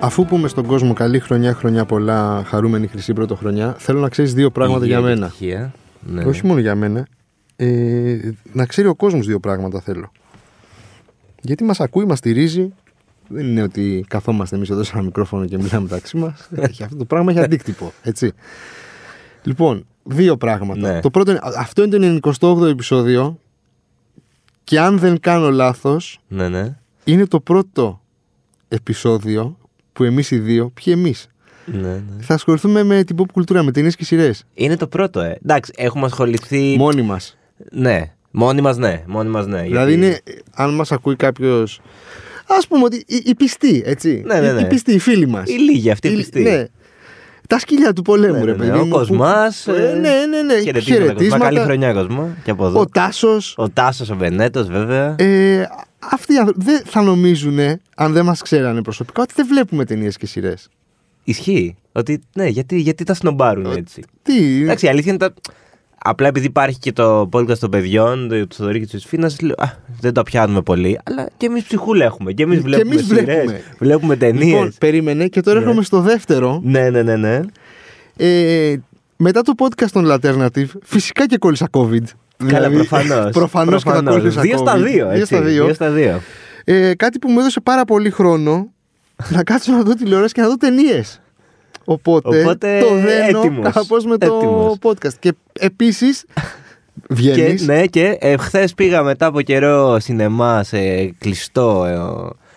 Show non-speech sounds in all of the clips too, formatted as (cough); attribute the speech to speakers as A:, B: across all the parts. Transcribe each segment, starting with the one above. A: Αφού πούμε στον κόσμο καλή χρονιά, χρονιά πολλά, χαρούμενη χρυσή πρωτοχρονιά, θέλω να ξέρεις δύο πράγματα
B: Υγεία
A: για
B: και
A: μένα.
B: τυχεία. Ναι,
A: Όχι μόνο για μένα. Ε, να ξέρει ο κόσμος δύο πράγματα θέλω. Γιατί μας ακούει, μας στηρίζει. Δεν είναι ότι καθόμαστε εμείς εδώ σε ένα μικρόφωνο και μιλάμε μεταξύ μας.
B: (laughs)
A: αυτό το πράγμα έχει αντίκτυπο. Έτσι. Λοιπόν, δύο πράγματα.
B: Ναι.
A: Το πρώτο είναι, αυτό είναι το 98ο επεισόδιο. Και αν δεν κάνω λάθος,
B: ναι. ναι, ναι.
A: είναι το πρώτο επεισόδιο που εμείς οι δύο, ποιοι εμείς,
B: ναι, ναι.
A: θα ασχοληθούμε με την pop κουλτούρα, με ταινίες και σειρές.
B: Είναι το πρώτο, ε. Εντάξει, έχουμε ασχοληθεί.
A: Μόνοι μας.
B: Ναι. Μόνοι μας, ναι. Μόνοι μας, ναι.
A: Δηλαδή,
B: Γιατί-
A: είναι, ε, αν μας ακούει κάποιος, ας πούμε ότι οι, οι πιστοί, έτσι.
B: Ναι, ναι,
A: Οι-
B: ναι.
A: Οι πιστοί, οι φίλοι μας.
B: Οι λίγοι αυτοί
A: Οι-
B: πιστοί.
A: Ναι. Τα σκυλιά του πολέμου,
B: Ναι,
A: ρε
B: ναι, ναι.
A: παιδί
B: Ο
A: μου, που-
B: Κοσμάς.
A: Ε, ναι, ναι, ναι.
B: Χαιρετίσματα. Κοσμά.
A: Χαιρετίσματα.
B: Καλή χρονιά, Κοσμά. Και από εδώ.
A: Ο Τάσος.
B: Ο Τάσος, ο Βενέτος, βέβαια.
A: Ε, αυτοί οι άνθρωποι δεν θα νομίζουν, αν δεν μας ξέρανε προσωπικά, ότι δεν βλέπουμε ταινίες και σειρές.
B: Ισχύει. Ότι ναι, γιατί, γιατί τα σνομπάρουν έτσι.
A: Τι,
B: Εντάξει, η αλήθεια είναι τα. Απλά επειδή υπάρχει και το podcast των παιδιών, το- του Θοδωρή και της Φίνας, δεν τα πιάνουμε πολύ. Αλλά και εμείς ψυχούλα έχουμε. Και εμείς
A: Και
B: βλέπουμε.
A: εμείς
B: σειρές,
A: βλέπουμε.
B: βλέπουμε ταινίες.
A: Λοιπόν, περίμενε και τώρα έρχομαι στο δεύτερο.
B: Ναι, ναι, ναι, ναι.
A: Ε, μετά το podcast των Laternative, φυσικά και κόλλησα COVID.
B: Καλά,
A: Δηλαδή,
B: προφανώς.
A: (laughs) προφανώς και θα κόλλησα
B: Δύο στα
A: COVID.
B: δύο.
A: Δύο
B: Έτσι,
A: στα δύο.
B: δύο στα δύο.
A: Ε, κάτι που μου έδωσε πάρα πολύ
B: (laughs)
A: χρόνο να κάτσω να δω τηλεόραση και να δω ταινίες. Οπότε,
B: Οπότε,
A: το δένω
B: έτοιμος.
A: κάπως με το
B: Έτοιμος.
A: podcast. Και
B: (laughs)
A: επίσης
B: Και,
A: βγαίνεις.
B: ναι, και ε, χθες πήγα μετά από καιρό σινεμά σε, κλειστό, ε,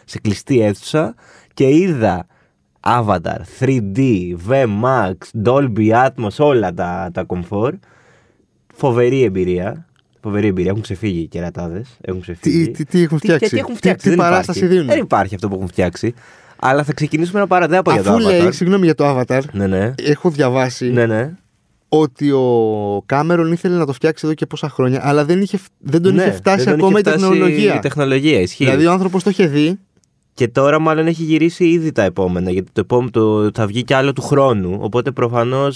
B: σε κλειστή αίθουσα και είδα Avatar, 3D, VMAX, Dolby Atmos, όλα τα, τα comfort. Φοβερή εμπειρία. Φοβερή εμπειρία. Έχουν ξεφύγει οι κερατάδες. Έχουν ξεφύγει.
A: τι- τι έχουν φτιάξει,
B: Τι, τι έχουν
A: τι-
B: φτιάξει,
A: τι
B: δεν
A: παράσταση
B: υπάρχει.
A: δίνουν.
B: Δεν υπάρχει αυτό που έχουν φτιάξει. Αλλά θα ξεκινήσουμε ένα παραδέαπο για το
A: Αφού λέει,
B: Avatar.
A: συγγνώμη για το Avatar,
B: Ναι, ναι.
A: έχω διαβάσει
B: Ναι, ναι.
A: ότι ο Κάμερον ήθελε να το φτιάξει εδώ και πόσα χρόνια, αλλά δεν, είχε, δεν τον
B: Ναι,
A: είχε φτάσει
B: δεν τον
A: ακόμα
B: είχε φτάσει
A: η τεχνολογία.
B: Η τεχνολογία, ισχύει.
A: Δηλαδή ο άνθρωπος το είχε δει.
B: Και τώρα μάλλον έχει γυρίσει ήδη τα επόμενα, γιατί το επόμενο το- θα βγει κι άλλο του χρόνου. Οπότε προφανώς,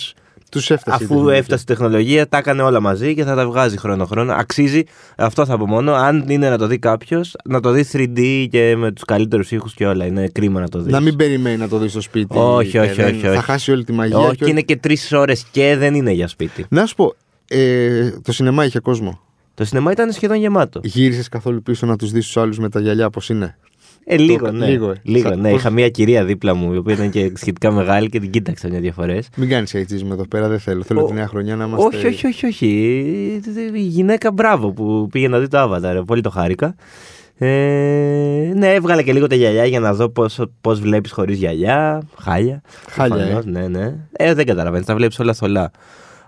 A: Του έφτασε. η
B: αφού
A: τεχνολογία.
B: έφτασε η τεχνολογία, τα έκανε όλα μαζί και θα τα βγάζει χρόνο-χρόνο. Αξίζει, αυτό θα πω μόνο. Αν είναι να το δει κάποιος, να το δει 3D και με τους καλύτερους ήχους και όλα. Είναι κρίμα να το δεις.
A: Να μην περιμένει να το δεις στο σπίτι.
B: Όχι,
A: και
B: όχι,
A: δεν-
B: όχι, όχι.
A: Θα χάσει όλη τη μαγεία.
B: Όχι,
A: όλη-
B: είναι και τρεις ώρες και δεν είναι για σπίτι.
A: Να σου πω, ε, το σινεμά είχε κόσμο.
B: Το σινεμά ήταν σχεδόν γεμάτο.
A: Γύρισες καθόλου πίσω να τους δεις τους άλλους με τα γυαλιά πώς είναι.
B: Ε, λίγο,
A: το-
B: ναι.
A: λίγο, ε. Σαν-
B: ναι.
A: πώς-
B: Είχα μια κυρία δίπλα μου, η οποία ήταν και σχετικά μεγάλη και την κοίταξα μια-δύο φορές.
A: Μην κάνεις αιτήσει με εδώ πέρα, δεν θέλω. Θέλω
B: Ο-
A: τη νέα χρονιά να είμαστε.
B: Όχι, όχι, όχι, όχι. Ε, Η γυναίκα μπράβο που πήγε να δει το Avatar. Πολύ το χάρηκα. Ε, ναι, έβγαλα και λίγο τα γυαλιά για να δω πώς, πώς βλέπεις χωρίς γυαλιά. Χάλια.
A: Χάλια,
B: Προφανώς, Ναι, ναι. Ε, δεν καταλαβαίνεις, τα βλέπεις όλα θολά.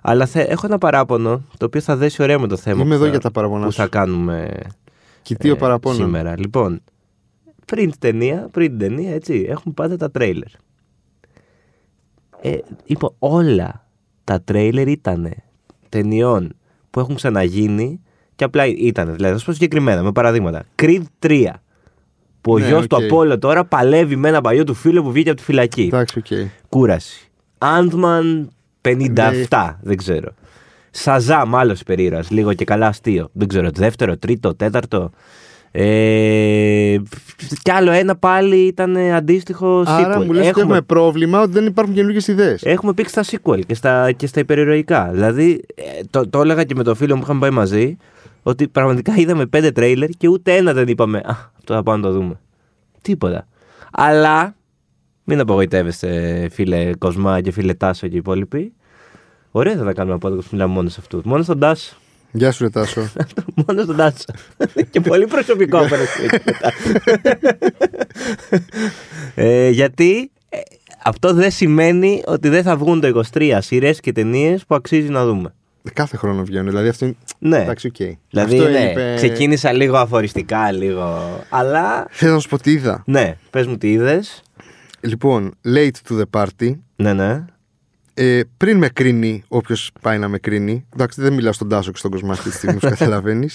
B: Αλλά θε, έχω ένα παράπονο, το οποίο θα δέσει ωραία με το θέμα
A: Είμαι
B: που
A: εδώ
B: θα-
A: για τα παραπονάς
B: που
A: σου.
B: θα κάνουμε
A: Κοιτίο
B: ε,
A: παραπόνο.
B: σήμερα. Λοιπόν, πριν την ταινία, πριν την ταινία, έτσι, έχουμε πάντα τα τρέιλερ. Ε, είπα, όλα τα τρέιλερ ήταν ταινιών που έχουν ξαναγίνει και απλά ήταν. Δηλαδή, θα σου πω συγκεκριμένα, με παραδείγματα. Creed 3. Που ο
A: Ναι,
B: γιος του
A: οκ.
B: Απόλλω τώρα παλεύει με ένα παλιό του φίλο που βγήκε από τη φυλακή.
A: Εντάξει, οκ.
B: Κούραση. Άντμαν 57,
A: Ναι.
B: δεν ξέρω. Σαζάμ, άλλος περίεργα, λίγο και καλά αστείο. Δεν ξέρω, δεύτερο, τρίτο, τέταρτο. Ε, κι άλλο ένα πάλι ήταν ε, αντίστοιχο
A: Άρα
B: sequel.
A: μου λες ότι έχουμε πρόβλημα ότι δεν υπάρχουν καινούργιες ιδέες.
B: Έχουμε πει και στα sequel και στα, και στα υπερηρωικά. Δηλαδή, ε, το, το έλεγα και με το φίλο μου που είχαμε πάει μαζί, ότι πραγματικά είδαμε πέντε τρέιλερ και ούτε ένα δεν είπαμε «Α, αυτό θα πάμε να το δούμε». Τίποτα. Αλλά, μην απογοητεύεστε φίλε Κοσμά και φίλε Τάσο και οι υπόλοιποι. Ωραία θα τα κάνουμε από που μιλάμε μόνος σε αυτούς. Μόνος στον Τάσο.
A: Γεια σου,
B: (laughs)
A: Ρετάσο.
B: Μόνο στον Τάσο. και πολύ
A: (laughs)
B: προσωπικό απέναντι. ε, γιατί ε, αυτό δεν σημαίνει ότι δεν θα βγουν το 23 σειρές και ταινίες που αξίζει να δούμε.
A: Κάθε χρόνο βγαίνουν. Δηλαδή αυτό είναι.
B: Ναι.
A: Εντάξει, οκ.
B: Δηλαδή,
A: Αυτό
B: ναι,
A: είπε-
B: ξεκίνησα λίγο αφοριστικά, λίγο. Αλλά.
A: Θέλω να σου πω τι είδα.
B: Ναι, πες μου τι είδες.
A: Λοιπόν, late to the party.
B: Ναι, ναι.
A: Ε, πριν με
B: (laughs)
A: κρίνει, όποιος πάει να με κρίνει. Εντάξει, δεν μιλάω στον Τάσο και στον Κοσμά αυτή τη στιγμή, που καταλαβαίνει.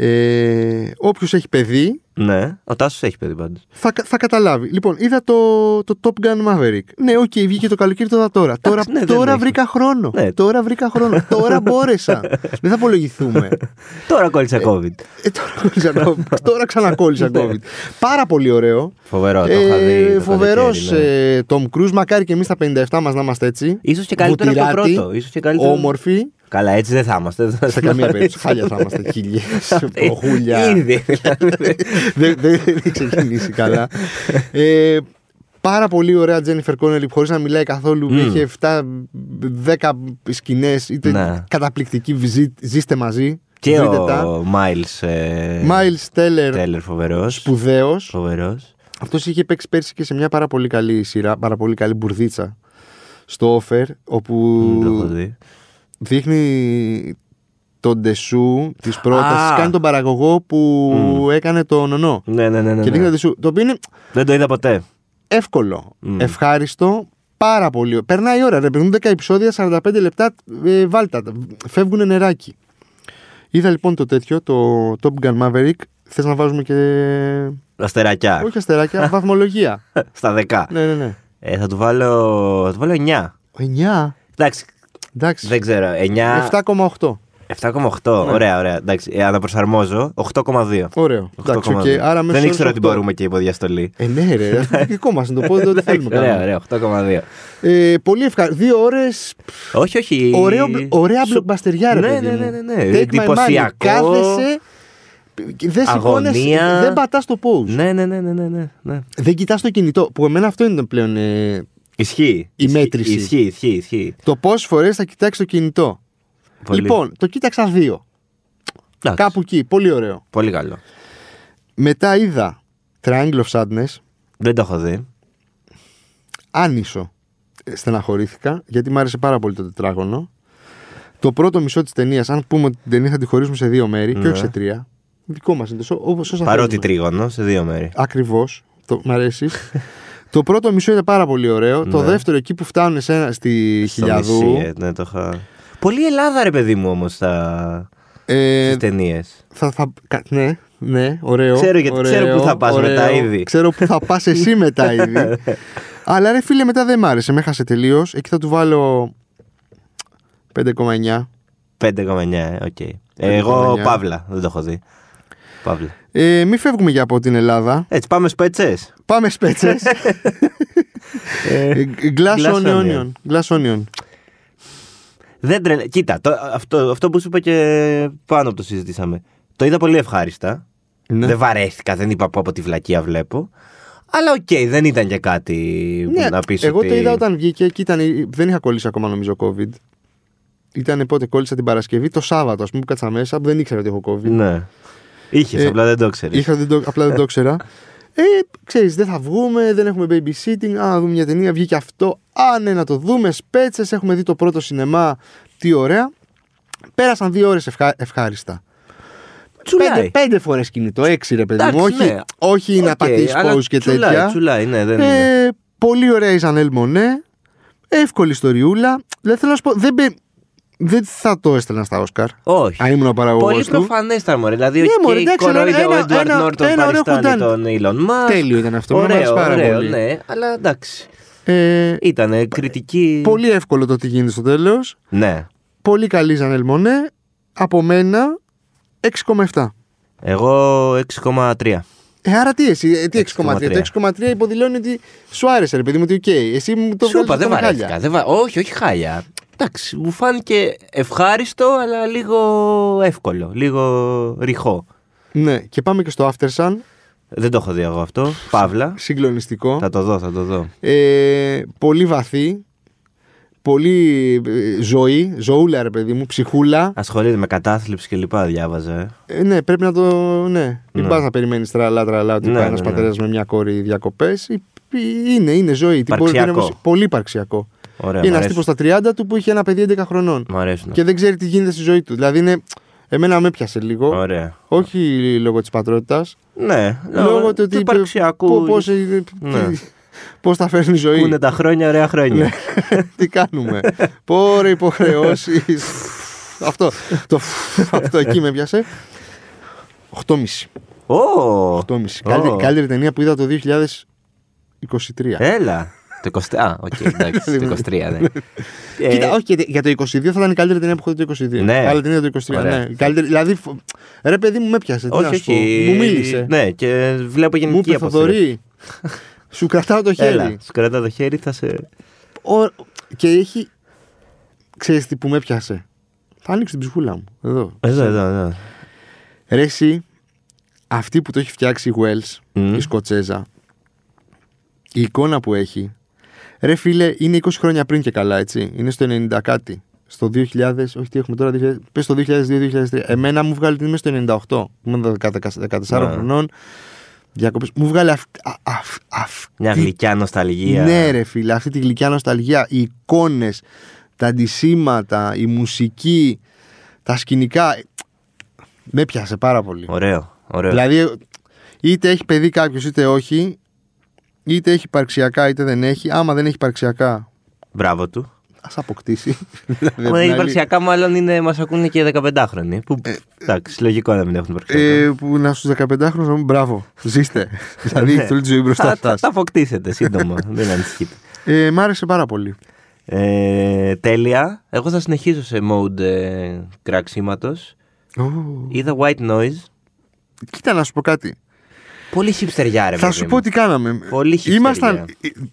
A: Ε, Όποιο έχει παιδί
B: Ναι, ο Τάσος έχει παιδί πάντως.
A: θα, κα- θα καταλάβει. Λοιπόν, είδα το, το Top Gun Maverick. Ναι, οκ, βγήκε το καλοκαίρι, το είδα τώρα. τώρα
B: ναι, δεν
A: τώρα
B: έχει.
A: βρήκα χρόνο.
B: Ναι.
A: Τώρα βρήκα χρόνο. τώρα
B: (laughs)
A: μπόρεσα. δεν θα απολογηθούμε.
B: Τώρα κόλλησα COVID.
A: Ε, τώρα κόλλησα
B: (laughs)
A: COVID. Τώρα ξανακόλλησα
B: Ναι.
A: COVID. Πάρα πολύ ωραίο.
B: Φοβερό,
A: Ε,
B: το είχα δει. το
A: Φοβερό
B: καλοκαίρι, ναι.
A: Τόμ Κρούζ. ε, Μακάρι και εμείς τα 57 μας να είμαστε έτσι.
B: Ίσως και καλύτερο από το
A: ε, Βουτυράτη,
B: πρώτο. Ίσως και καλύτερο.
A: Όμορφη.
B: Καλά, έτσι δεν θα είμαστε. δεν θα
A: Σε
B: σε
A: καμία
B: καταλάβεις.
A: περίπτωση. Χάλια θα (laughs) είμαστε. Χίλιες. Ε, Οχούλια.
B: (laughs) Ήδη.
A: δηλαδή. δεν δεν- δεν έχει ξεκινήσει καλά. Ε, πάρα πολύ ωραία Τζένιφερ Κόνελιπ χωρίς να μιλάει καθόλου. Είχε 7-10 σκηνές. Είτε
B: Ναι.
A: καταπληκτική βυζί- ζήστε μαζί.
B: Και
A: δείτε τα.
B: ο Miles ε,
A: Μάιλ Τέλερ,
B: Teller φοβερός.
A: σπουδαίος.
B: Φοβερός.
A: Αυτός είχε παίξει πέρσι και σε μια πάρα πολύ καλή σειρά, πάρα πολύ καλή μπουρδίτσα στο Offer,
B: Δεν το έχω
A: όπου
B: δει.
A: δείχνει τον Ντεσού της πρότασης.
B: Α.
A: Κάνει τον παραγωγό που έκανε τον Νονό.
B: Ναι, ναι, ναι. ναι,
A: Και δείχνει
B: ναι.
A: τον Ντεσού. Το οποίο είναι
B: Δεν το είδα ποτέ.
A: εύκολο. Ευχάριστο. Πάρα πολύ. Περνάει η ώρα. Ρε, περνούν 10 επεισόδια, 45 λεπτά. Ε, βάλτα. τα. Φεύγουν νεράκι. Είδα λοιπόν το τέτοιο, το Top Gun Maverick. Θες να βάζουμε και.
B: Αστερακιά.
A: Όχι αστεράκια, βαθμολογία.
B: (laughs) Στα δεκά.
A: ναι, ναι, ναι.
B: Ε, θα του βάλω. Θα του βάλω 9.
A: 9.
B: Εντάξει,
A: Εντάξει.
B: δεν ξέρω. 9.
A: 7,8.
B: 7,8.
A: Ναι.
B: Ωραία, ωραία. Εντάξει, ε, αναπροσαρμόζω. 8,2.
A: Ωραίο. Εντάξει,
B: 8,2.
A: οκ. άρα μέσα
B: δεν
A: στους
B: ήξερα ότι
A: 8.
B: μπορούμε και υποδιαστολή.
A: Ε, ναι, ρε.
B: (laughs)
A: Αυτό είναι δικό μα να το πω. Δεν το
B: Εντάξει,
A: θέλουμε
B: Ωραία,
A: καλά.
B: ωραία. 8,2.
A: Ε, πολύ ευχάριστο. Δύο ώρες.
B: Όχι, όχι.
A: Ωραία
B: Σου-
A: μπλοκμπαστεριά, ρε.
B: Ναι,
A: παιδί
B: ναι,
A: μου.
B: ναι, ναι, ναι.
A: Take my money.
B: Εντυπωσιακό.
A: Κάθεσαι. Δεν
B: Αγωνία.
A: σηκώνεσαι. Δεν πατάς το pause.
B: Ναι, ναι, ναι, ναι, ναι, ναι, ναι.
A: Δεν κοιτάς το κινητό. Που εμένα αυτό είναι το πλέον. ε,
B: Ισχύει.
A: Η
B: Ισχύει,
A: μέτρηση.
B: Ισχύει, ισχύει, ισχύει.
A: το πόσες φορές θα κοιτάξει το κινητό.
B: Πολύ-
A: Λοιπόν, το κοίταξα δύο.
B: Εντάξει,
A: Κάπου εκεί. Πολύ ωραίο.
B: Πολύ καλό.
A: Μετά είδα Triangle of Sadness.
B: Δεν το έχω δει.
A: άνισο. Ε, Στεναχωρήθηκα γιατί μου άρεσε πάρα πολύ το τετράγωνο. Το πρώτο μισό της ταινίας, αν πούμε ότι την ταινία θα τη χωρίσουμε σε δύο μέρη και
B: Ναι.
A: όχι σε τρία. Δικό μας είναι το σο- όπως όσα
B: Παρότι τρίγωνο σε δύο μέρη.
A: Ακριβώς. Το μ' αρέσει. το πρώτο μισό είναι πάρα πολύ ωραίο. Το
B: Ναι.
A: δεύτερο εκεί που φτάνουν σε ένα, στη
B: Στο
A: χιλιαδού.
B: νησί, ε, ναι, το είχα. Πολύ Ελλάδα, ρε παιδί μου, όμως στα
A: Ε,
B: ε... ταινίες.
A: θα, θα, κα- ναι, ναι, ωραίο.
B: Ξέρω γιατί-
A: ωραίο,
B: ξέρω που θα πας
A: ωραίο.
B: μετά ήδη.
A: Ξέρω που θα πας εσύ
B: (laughs)
A: μετά ήδη. Αλλά ρε φίλε, μετά δεν μ' άρεσε. Με έχασε τελείως. Εκεί θα του βάλω 5,9.
B: 5,9, ε, οκ. Εγώ,
A: 5,9.
B: Παύλα, δεν το έχω δει. Παύλα.
A: Ε, μην φεύγουμε για από την Ελλάδα.
B: Έτσι, πάμε σπέτσες.
A: Πάμε σπέτσες. Glass
B: Ε, Glass
A: on onion. Glass onion.
B: Δεν τρελα... Κοίτα, το, αυτό, αυτό που σου είπα και πάνω από το συζητήσαμε. Το είδα πολύ ευχάριστα.
A: Ναι.
B: Δεν βαρέθηκα, δεν είπα πω από τη βλακεία βλέπω. Αλλά οκ, δεν ήταν και κάτι που
A: Ναι,
B: να πεις
A: εγώ
B: ότι...
A: το είδα όταν βγήκε και ήταν, δεν είχα κολλήσει ακόμα νομίζω COVID. Ήταν πότε κόλλησα την Παρασκευή, το Σάββατο ας πούμε που κάτσα μέσα, που δεν ήξερα ότι έχω COVID.
B: Ναι. Είχες,
A: Ε,
B: απλά δεν το ξέρεις.
A: Είχα, δεν το, απλά δεν το ήξερα. Ε, ξέρεις, δεν θα βγούμε, δεν έχουμε babysitting. Α, να δούμε μια ταινία, βγήκε αυτό. Α, ναι, να το δούμε. Σπέτσες, έχουμε δει το πρώτο σινεμά. Τι ωραία. Πέρασαν δύο ώρες ευχα- ευχάριστα. Πέντε,
B: Τσουλάει.
A: πέντε φορές κινητό, έξι ρε παιδί μου.
B: Εντάξει,
A: Όχι,
B: ναι.
A: όχι να
B: Οκ,
A: πατήσεις
B: αλλά
A: pause και
B: τσουλάει,
A: τέτοια.
B: Τσουλάει, ναι, δεν είναι.
A: Ε, πολύ ωραία η Ζανέλ Μονέ. Εύκολη ιστοριούλα. Δεν θέλω να σου πω, δεν, μπε- δεν θα το έστελνα στα Όσκαρ.
B: Όχι.
A: Αν ήμουν ο παραγωγός
B: Πολύ
A: του.
B: προφανές ήταν μωρέ. Δηλαδή,
A: Ναι,
B: οκ,
A: μωρέ, εντάξει, αλλά
B: κορόιδε ο
A: ένα-
B: Έντουαρντ
A: ένα-
B: Νόρτον
A: ένα ωραίο
B: παριστάνει
A: κουντάλι.
B: τον Elon Musk.
A: Τέλειο ήταν αυτό. μου άρεσε
B: Ωραίο,
A: πάρα
B: ωραίο,
A: πολύ.
B: ναι. Αλλά εντάξει.
A: Ε,
B: Ήτανε κριτική.
A: πολύ εύκολο το τι γίνεται στο τέλος.
B: Ναι.
A: Πολύ καλή Ζανέλ Μονέ. Από μένα 6,7.
B: Εγώ 6,3.
A: Ε, άρα τι εσύ, ε, τι 6,3.
B: 6,3.
A: Το 6,3 υποδηλώνει ότι σου άρεσε, ρε παιδί μου, ότι οκ. Εσύ μου το
B: Σου
A: βγάλεις
B: είπα,
A: από τα
B: δεν
A: μαχάλια.
B: βαρέθηκα. Δεν βα... Όχι, όχι χάλια. Εντάξει, μου φάνηκε ευχάριστο, αλλά λίγο εύκολο. Λίγο ρηχό.
A: Ναι, και πάμε και στο After Sun.
B: Δεν το έχω δει εγώ αυτό. Παύλα.
A: Συγκλονιστικό.
B: Θα το δω, θα το δω.
A: Ε, πολύ βαθύ. Πολύ ε, ζωή. Ζωούλα, ρε παιδί μου. Ψυχούλα.
B: Ασχολείται με κατάθλιψη και λοιπά, διάβαζα. ε.
A: Ε, ναι, πρέπει να το. Ναι. Μην πας να περιμένεις τραλά, τραλά ότι
B: Ναι,
A: πάει
B: ναι,
A: ένας
B: ναι.
A: πατέρας με μια κόρη διακοπές. Είναι, είναι ζωή. Την κόρη την
B: Υπαρξιακό.
A: έβαζε- Πολύ υπαρξιακό.
B: Ωραία. μ' Ναι,
A: είναι ένας
B: αρέσουν.
A: τύπος στα 30 του που είχε ένα παιδί 11 χρονών.
B: Μ' αρέσουν.
A: Και δεν ξέρει τι γίνεται στη ζωή του. Δηλαδή είναι. Εμένα με πιάσε λίγο.
B: Ωραία.
A: Όχι λόγω της πατρότητας.
B: Ναι,
A: Λόγω του ότι.
B: υπαρξιακού.
A: Πώ
B: Ναι.
A: τα φέρνει η ζωή.
B: Πού είναι τα χρόνια, ωραία
A: Ναι.
B: χρόνια.
A: (laughs) Τι κάνουμε. Πόρε
B: (laughs)
A: υποχρεώσεις. αυτό. Το αυτό εκεί με πιάσε. 8,5.
B: Ω!
A: 8,5.
B: Ω. Ε,
A: Καλή, καλύτερη ταινία που είδα το 2023.
B: Έλα. Το 20. Α, οκ, εντάξει. Το 23, ναι. Ε,
A: Κοίτα, όχι, γιατί για το 22 θα ήταν η καλύτερη ταινία που έχω δει το 22.
B: Ναι.
A: Άλλη ταινία το 23.
B: Ωραία.
A: Ναι. Η Καλύτερη, δηλαδή, φο- ρε παιδί μου, με πιάσε. τι να
B: Όχι,
A: σου πω.
B: όχι.
A: Μου μίλησε.
B: Ναι, και βλέπω
A: Μου
B: γενική
A: είπε
B: αποθέωση.
A: Θοδωρή. (laughs) σου κρατάω το χέρι.
B: Έλα, σου κρατά το χέρι, θα σε.
A: Ο- Και έχει. Ξέρεις τι που με πιάσε. Θα ανοίξω την ψυχούλα μου. Εδώ.
B: Εδώ, εδώ, εδώ.
A: Ρε εσύ, αυτή που το έχει φτιάξει η Wells,
B: Μμμ.
A: η Σκοτσέζα, η εικόνα που έχει, ρε φίλε, είναι 20 χρόνια πριν και καλά, έτσι. Είναι στο 90 κάτι. Στο 2000, όχι τι έχουμε τώρα, 2000, πες στο 2002-2003. Εμένα μου βγάλει την μέσα στο 98, είμαι 14
B: Ναι.
A: χρονών. Διακοπές. Μου βγάλει αυτή. α- αυ- αυτή
B: Μια γλυκιά νοσταλγία.
A: ναι, ρε φίλε, αυτή τη γλυκιά νοσταλγία, οι εικόνες, τα αντισήματα, η μουσική, τα σκηνικά. Με πιάσε πάρα πολύ.
B: Ωραίο, ωραίο.
A: Δηλαδή, είτε έχει παιδί κάποιος είτε όχι, είτε έχει υπαρξιακά είτε δεν έχει. Άμα δεν έχει υπαρξιακά,
B: Μπράβο του.
A: ας αποκτήσει. Δηλαδή, Ναι,
B: Αν δεν είναι υπαρξιακά, μάλλον είναι, μας ακούνε και 15χρονοι. Που, εντάξει, λογικό να μην έχουν υπαρξιακά.
A: Ε, που να στους 15 χρόνου να μου μπράβο, ζήστε. δηλαδή, έχετε όλη τη ζωή μπροστά
B: Ναι. Θα- θα-
A: σας.
B: Θα αποκτήσετε σύντομα.
A: (laughs)
B: Δεν ανησυχείτε.
A: Ε, μ' άρεσε πάρα πολύ.
B: Ε, τέλεια. Εγώ θα συνεχίσω σε mode ε, κραξίματος. Είδα white noise.
A: Κοίτα να σου πω κάτι.
B: Πολύ χυψτεριά, ρε
A: Θα
B: παιδί
A: σου
B: μου.
A: πω τι κάναμε.
B: Πολύ χυψτεριά.
A: Ήμασταν, ε,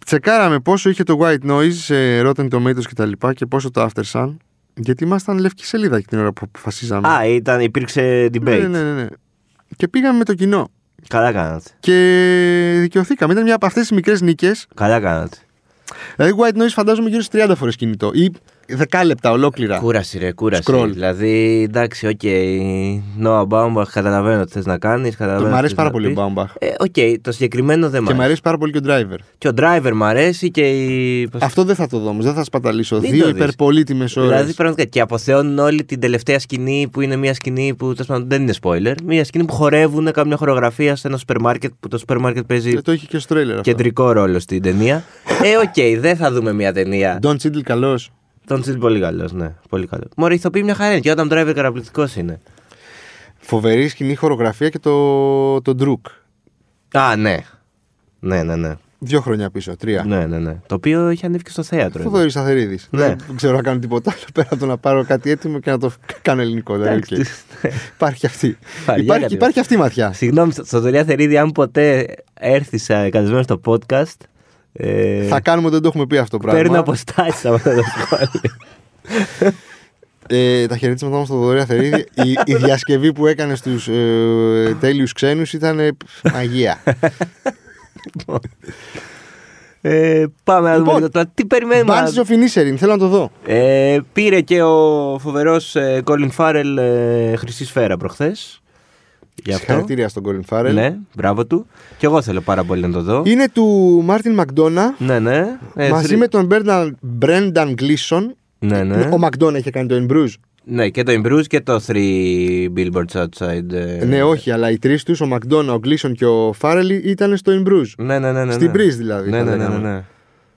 A: τσεκάραμε πόσο είχε το white noise σε Rotten Tomatoes και τα λοιπά και πόσο το After Sun. Γιατί ήμασταν λευκή σελίδα και την ώρα που αποφασίζαμε.
B: Α, ήταν, υπήρξε debate.
A: ναι, ναι, ναι, ναι. Και πήγαμε με το κοινό.
B: Καλά κάνατε.
A: Και δικαιωθήκαμε. Ήταν μια από αυτές τις μικρές νίκες.
B: Καλά κάνατε.
A: Δηλαδή, white noise φαντάζομαι γύρω στις 30 φορές κινητό ή δεκάλεπτα ολόκληρα.
B: Κούραση, ρε, κούραση.
A: Scroll.
B: Δηλαδή, εντάξει, οκ. Νόα Μπάουμπαχ, καταλαβαίνω τι θες να κάνεις.
A: Το- Μ' αρέσει πάρα πολύ ο Μπάουμπαχ.
B: Ε, οκ, το συγκεκριμένο δεν
A: Και
B: μ' αρέσει.
A: μου αρέσει πάρα πολύ και ο driver.
B: Και ο driver μ' αρέσει και η. πώς-
A: Αυτό δεν θα το δω όμως, δεν θα σπαταλήσω.
B: Μην
A: Δύο
B: το δεις.
A: υπερπολίτημε ώρες.
B: Δηλαδή, πραγματικά. Και αποθεώνουν όλη την τελευταία σκηνή που είναι μια σκηνή που τέλος πάντων, δεν είναι spoiler. Μια σκηνή που χορεύουν, κάνουν μια χορογραφία σε ένα σούπερ μάρκετ που το σούπερ μάρκετ παίζει
A: Το είχε και στο τρέλερ αυτό.
B: κεντρικό ρόλο στην ταινία. ε, οκ, δεν θα δούμε μια ταινία.
A: Don Cheadle καλός.
B: Τον Τσίλ πολύ καλός, ναι. Πολύ καλός. Μωρή, ηθοποιεί μια χαρά είναι. Και όταν driver καταπληκτικός είναι.
A: Φοβερή σκηνή χορογραφία και το, το ντρουκ.
B: Α, ναι. Ναι, ναι, ναι.
A: Δύο χρόνια πίσω, τρία.
B: Ναι, ναι, ναι. Το οποίο είχε ανέβει και στο θέατρο. εδώ.
A: Θοδωρή Αθερίδης.
B: Ναι.
A: Δεν ξέρω να κάνω τίποτα άλλο (laughs) πέρα από το να πάρω κάτι έτοιμο και να το κάνω ελληνικό. Δηλαδή,
B: Εντάξει,
A: οκ. Υπάρχει αυτή.
B: Υπάρχει,
A: υπάρχει,
B: κάτι.
A: υπάρχει αυτή η ματιά.
B: (laughs) Συγγνώμη, στο- στο Δωρία Θερίδη, αν ποτέ έρθεις ε, καλεσμένος στο podcast. Ε,
A: Θα κάνουμε ότι δεν το έχουμε πει αυτό το πράγμα.
B: παίρνω αποστάσεις από αυτό το σχόλιο.
A: (laughs) Ε, τα χαιρετίσματά μας στον Θοδωρή Αθερίδη. η, η διασκευή που έκανε στους ε, τέλειους ξένους ήταν ε, πφ,
B: (laughs)
A: μαγεία.
B: ε, πάμε να δούμε
A: Λοιπόν,
B: εδώ τώρα. Τι περιμένουμε. να-
A: Bunches of Inisherin, θέλω να το δω.
B: Ε, πήρε και ο φοβερός ε, Colin Farrell ε, χρυσή σφαίρα προχθές. Για αυτό.
A: Συγχαρητήρια στον Colin Farrell.
B: Ναι, μπράβο του. Και εγώ θέλω πάρα πολύ να το δω.
A: Είναι του Μάρτιν Μακδόνα
B: Ναι, ναι. Ε,
A: μαζί
B: θρι-
A: με τον Μπρένταν Γκλίσον.
B: Ναι, ναι.
A: Ο Μακδόνα είχε κάνει το In Bruges.
B: Ναι, και το Imbruge και το 3 Billboards Outside. ε,
A: Ναι, όχι, αλλά οι τρεις τους, ο Μακδόνα, ο Γκλίσον και ο Φάρελι, ήταν στο In Bruges.
B: Ναι, ναι, ναι, ναι,
A: Στην
B: ναι.
A: Breeze, δηλαδή,
B: Ναι,
A: θα
B: ναι, ναι, ναι,
A: λέγαμε.
B: ναι.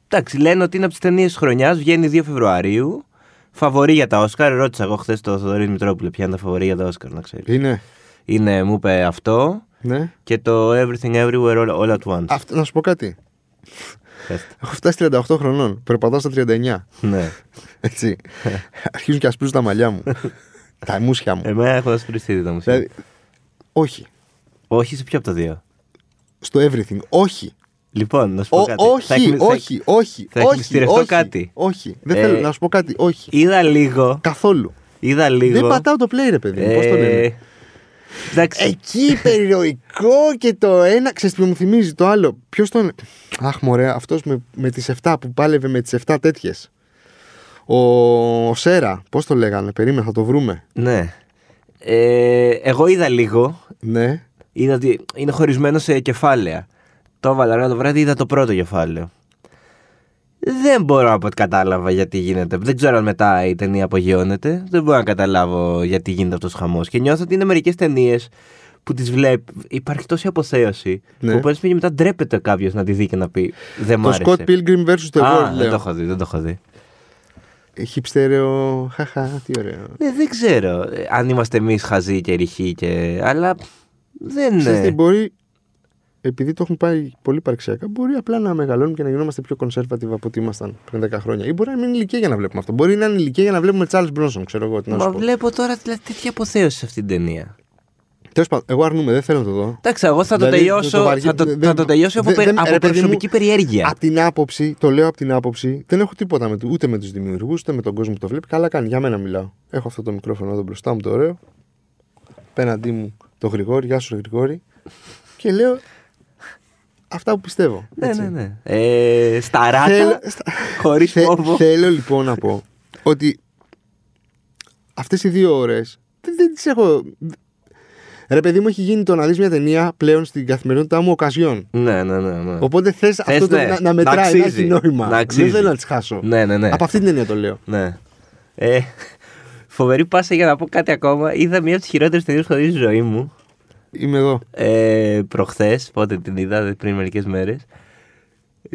B: Εντάξει, λένε ότι είναι από τις ταινίες της χρονιάς, βγαίνει 2 Φεβρουαρίου. Φαβορή για τα Όσκαρ. Ρώτησα εγώ χθες το Θοδωρή Μητρόπουλο ποια είναι τα φαβορή για τα Όσκαρ, να ξέρεις.
A: Είναι.
B: Είναι, μου είπε αυτό
A: Ναι.
B: και το Everything Everywhere All, All at Once.
A: Αυτό, να σου πω κάτι.
B: Πες το.
A: Έχω φτάσει 38 χρονών. Περπατάω στα 39.
B: ναι.
A: Έτσι. Αρχίζουν και ασπρίζουν τα μαλλιά
B: (laughs)
A: μου. τα μουσια μου.
B: Εμένα έχω ασπριστεί τη μουσική.
A: δηλαδή. Όχι.
B: Όχι σε ποιο από τα δύο.
A: Στο everything. Όχι.
B: Λοιπόν, να σου πω
A: Ο,
B: κάτι. Θα
A: όχι,
B: εκμυ- θα-
A: όχι, όχι.
B: θα
A: όχι,
B: εκμυστηρευτώ
A: όχι,
B: κάτι.
A: όχι. Δεν
B: Ε,
A: θέλω να σου πω κάτι. Όχι.
B: Είδα λίγο.
A: Καθόλου.
B: Είδα λίγο.
A: Δεν πατάω το play, ρε παιδί. μου, Πώς το λένε.
B: Ε, Εντάξει.
A: Εκεί περιοικό και το ένα. Ξέρεις τι μου θυμίζει το άλλο. Ποιος τον. Αχ, μωρέ, αυτός με, με τις 7 που πάλευε με τις 7 τέτοιες. Ο, ο Σέρα, πώς το λέγανε, περίμενα, θα το βρούμε.
B: Ναι. Ε, εγώ είδα λίγο.
A: Ναι.
B: Είδα ότι είναι χωρισμένο σε κεφάλαια. Το έβαλα αργά το βράδυ, είδα το πρώτο κεφάλαιο. Δεν μπορώ να πω ότι κατάλαβα γιατί γίνεται. Δεν ξέρω αν μετά η ταινία απογειώνεται. Δεν μπορώ να καταλάβω γιατί γίνεται αυτός ο χαμός. Και νιώθω ότι είναι μερικές ταινίες που τις βλέπει. Υπάρχει τόση αποθέωση
A: Ναι.
B: που μπορεί και μετά ντρέπεται κάποιος να τη δει και να πει Δεν μ'
A: Το
B: άρεσε.
A: Scott Pilgrim vs. The
B: Α,
A: World,
B: δεν το
A: λέω.
B: έχω δει, δεν το έχω δει.
A: Χιψτερεο. Χαχα, τι ωραίο.
B: ε, Ναι, δεν ξέρω ε, αν είμαστε εμείς χαζοί και ρηχοί και. Αλλά Δεν
A: Ξέρεις τι,
B: είναι.
A: μπορεί, επειδή το έχουν πάει πολύ παρξιακά, μπορεί απλά να μεγαλώνουμε και να γινόμαστε πιο conservative από ό,τι ήμασταν πριν 10 χρόνια. Ή μπορεί να μην είναι ηλικία για να βλέπουμε αυτό. Μπορεί να είναι ηλικία για να βλέπουμε Charles Bronson, ξέρω εγώ τι να
B: Μα
A: σου πω.
B: βλέπω τώρα δηλαδή, τέτοια αποθέωση σε αυτήν την ταινία.
A: Τέλος πάντων, εγώ αρνούμαι, δεν θέλω να το δω.
B: Εντάξει, εγώ θα το
A: Δηλαδή,
B: τελειώσω,
A: βαριέ-
B: θα το,
A: δεν-
B: θα το τελειώσω από,
A: δεν-
B: περι-
A: δεν-
B: από
A: ρε παιδί μου,
B: προσωπική περιέργεια.
A: Απ' την άποψη, το λέω από την άποψη, δεν έχω τίποτα με, του- ούτε με τους δημιουργούς, ούτε με τον κόσμο που το βλέπει. Καλά κάνει, για μένα μιλάω. Έχω αυτό το μικρόφωνο εδώ μπροστά μου, το ωραίο. Απέναντί μου το Γρηγόρη, γεια σου Γρηγόρη. Και λέω αυτά που πιστεύω.
B: Ναι,
A: έτσι.
B: ναι, ναι. Ε, στα
A: Θέλω-
B: ράτα,
A: στα-
B: χωρίς
A: Θε-
B: φόβο.
A: Θέλω λοιπόν να πω ότι αυτές οι δύο ώρες δεν, δεν τις έχω... Ρε παιδί μου έχει γίνει το να δεις μια ταινία πλέον στην καθημερινότητά μου οκασιών.
B: Ναι, ναι, ναι. ναι.
A: Οπότε θες
B: Θες,
A: αυτό το-
B: ναι,
A: να,
B: να
A: να μετράει, να,
B: αξίζει,
A: έχει νόημα.
B: να αξίζει.
A: Δεν θέλω να τις χάσω.
B: Ναι, ναι, ναι.
A: Από αυτή την ταινία το λέω.
B: ναι. Ε, φοβερή πάσα για να πω κάτι ακόμα. Είδα μία από τις χειρότερες ταινίες που έχω δει στη ζωή μου.
A: Είμαι εδώ.
B: ε, προχθές, πότε την είδα, πριν μερικές μέρες.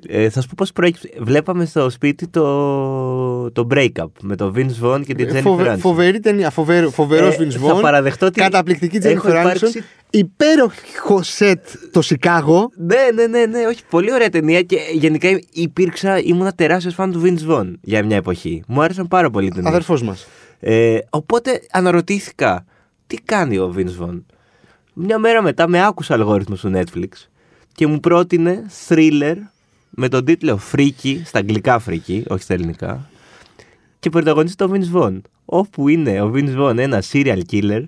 B: Ε, θα σου πω πώς προέκυψε. Βλέπαμε στο σπίτι το, το breakup με τον Vince Vaughn και την Jennifer
A: Ε, Φοβε-
B: Aniston.
A: φοβερή ταινία. Φοβερο, φοβερός
B: Ε,
A: Vince
B: θα
A: Vaughn,
B: παραδεχτώ ότι
A: Καταπληκτική
B: έχω
A: Jennifer Aniston.
B: υπάρξει-
A: Υπέροχο σετ το Σικάγο.
B: Ναι, ναι, ναι, ναι, όχι. Πολύ ωραία ταινία και γενικά υπήρξα, ήμουν τεράστιο φαν του Vince Vaughn για μια εποχή. Μου άρεσαν πάρα πολύ την ταινία.
A: Αδερφός μας.
B: Ε, οπότε αναρωτήθηκα, τι κάνει ο Vince Vaughn. Μια μέρα μετά με άκουσε ο αλγόριθμο του Netflix και μου πρότεινε thriller με τον τίτλο Freaky, στα αγγλικά Freaky, όχι στα ελληνικά, και πρωταγωνιστεί το Vince Vaughn. Όπου είναι ο Vince Vaughn ένα serial killer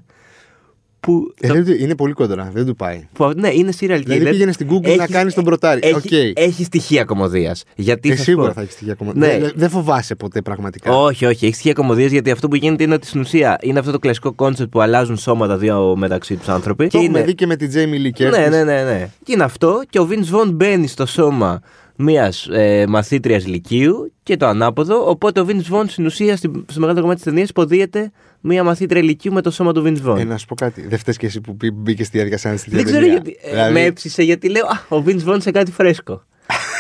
B: που.
A: Ε, λέει ότι είναι πολύ κοντρά. Δεν του πάει.
B: που- ναι, είναι serial killer.
A: Δηλαδή πήγαινε στην Google να κάνεις τον πρωτάρι.
B: Έχει,
A: Οκ.
B: έχει στοιχεία κομμωδίας. Γιατί.
A: Ε,
B: σας
A: σίγουρα
B: πω-
A: θα έχεις στοιχεία Δηλαδή, ακόμα.
B: Ναι.
A: Δεν- Δεν φοβάσαι ποτέ πραγματικά.
B: Όχι, όχι, έχεις στοιχεία κομμωδίας γιατί αυτό που γίνεται είναι ότι στην ουσία είναι αυτό το κλασικό κόνσεπτ που αλλάζουν σώματα δύο μεταξύ τους άνθρωποι.
A: Το έχουμε
B: είναι...
A: δει και με την Τζέιμι Λικέρ.
B: Ναι, ναι, ναι, ναι. Και είναι αυτό και ο Vince Vaughn μπαίνει στο σώμα μιας ε, μαθήτριας Λυκείου και το ανάποδο. Οπότε ο Vince Vaughn στην ουσία στην- στο μεγάλο κομμάτι της ταινίας υποδίεται μια μαθήτρια Λυκείου με το σώμα του Vince Vaughn.
A: Ε, να σου πω κάτι. Δεν φταίει και εσύ που μπή- μπήκες στη Δηλαδή, διαδικασία να
B: ναι. Δεν
A: στείλει.
B: ξέρω γιατί. ε, Με έψησε γιατί λέω Α, ο Vince Vaughn σε κάτι
A: (laughs)
B: φρέσκο.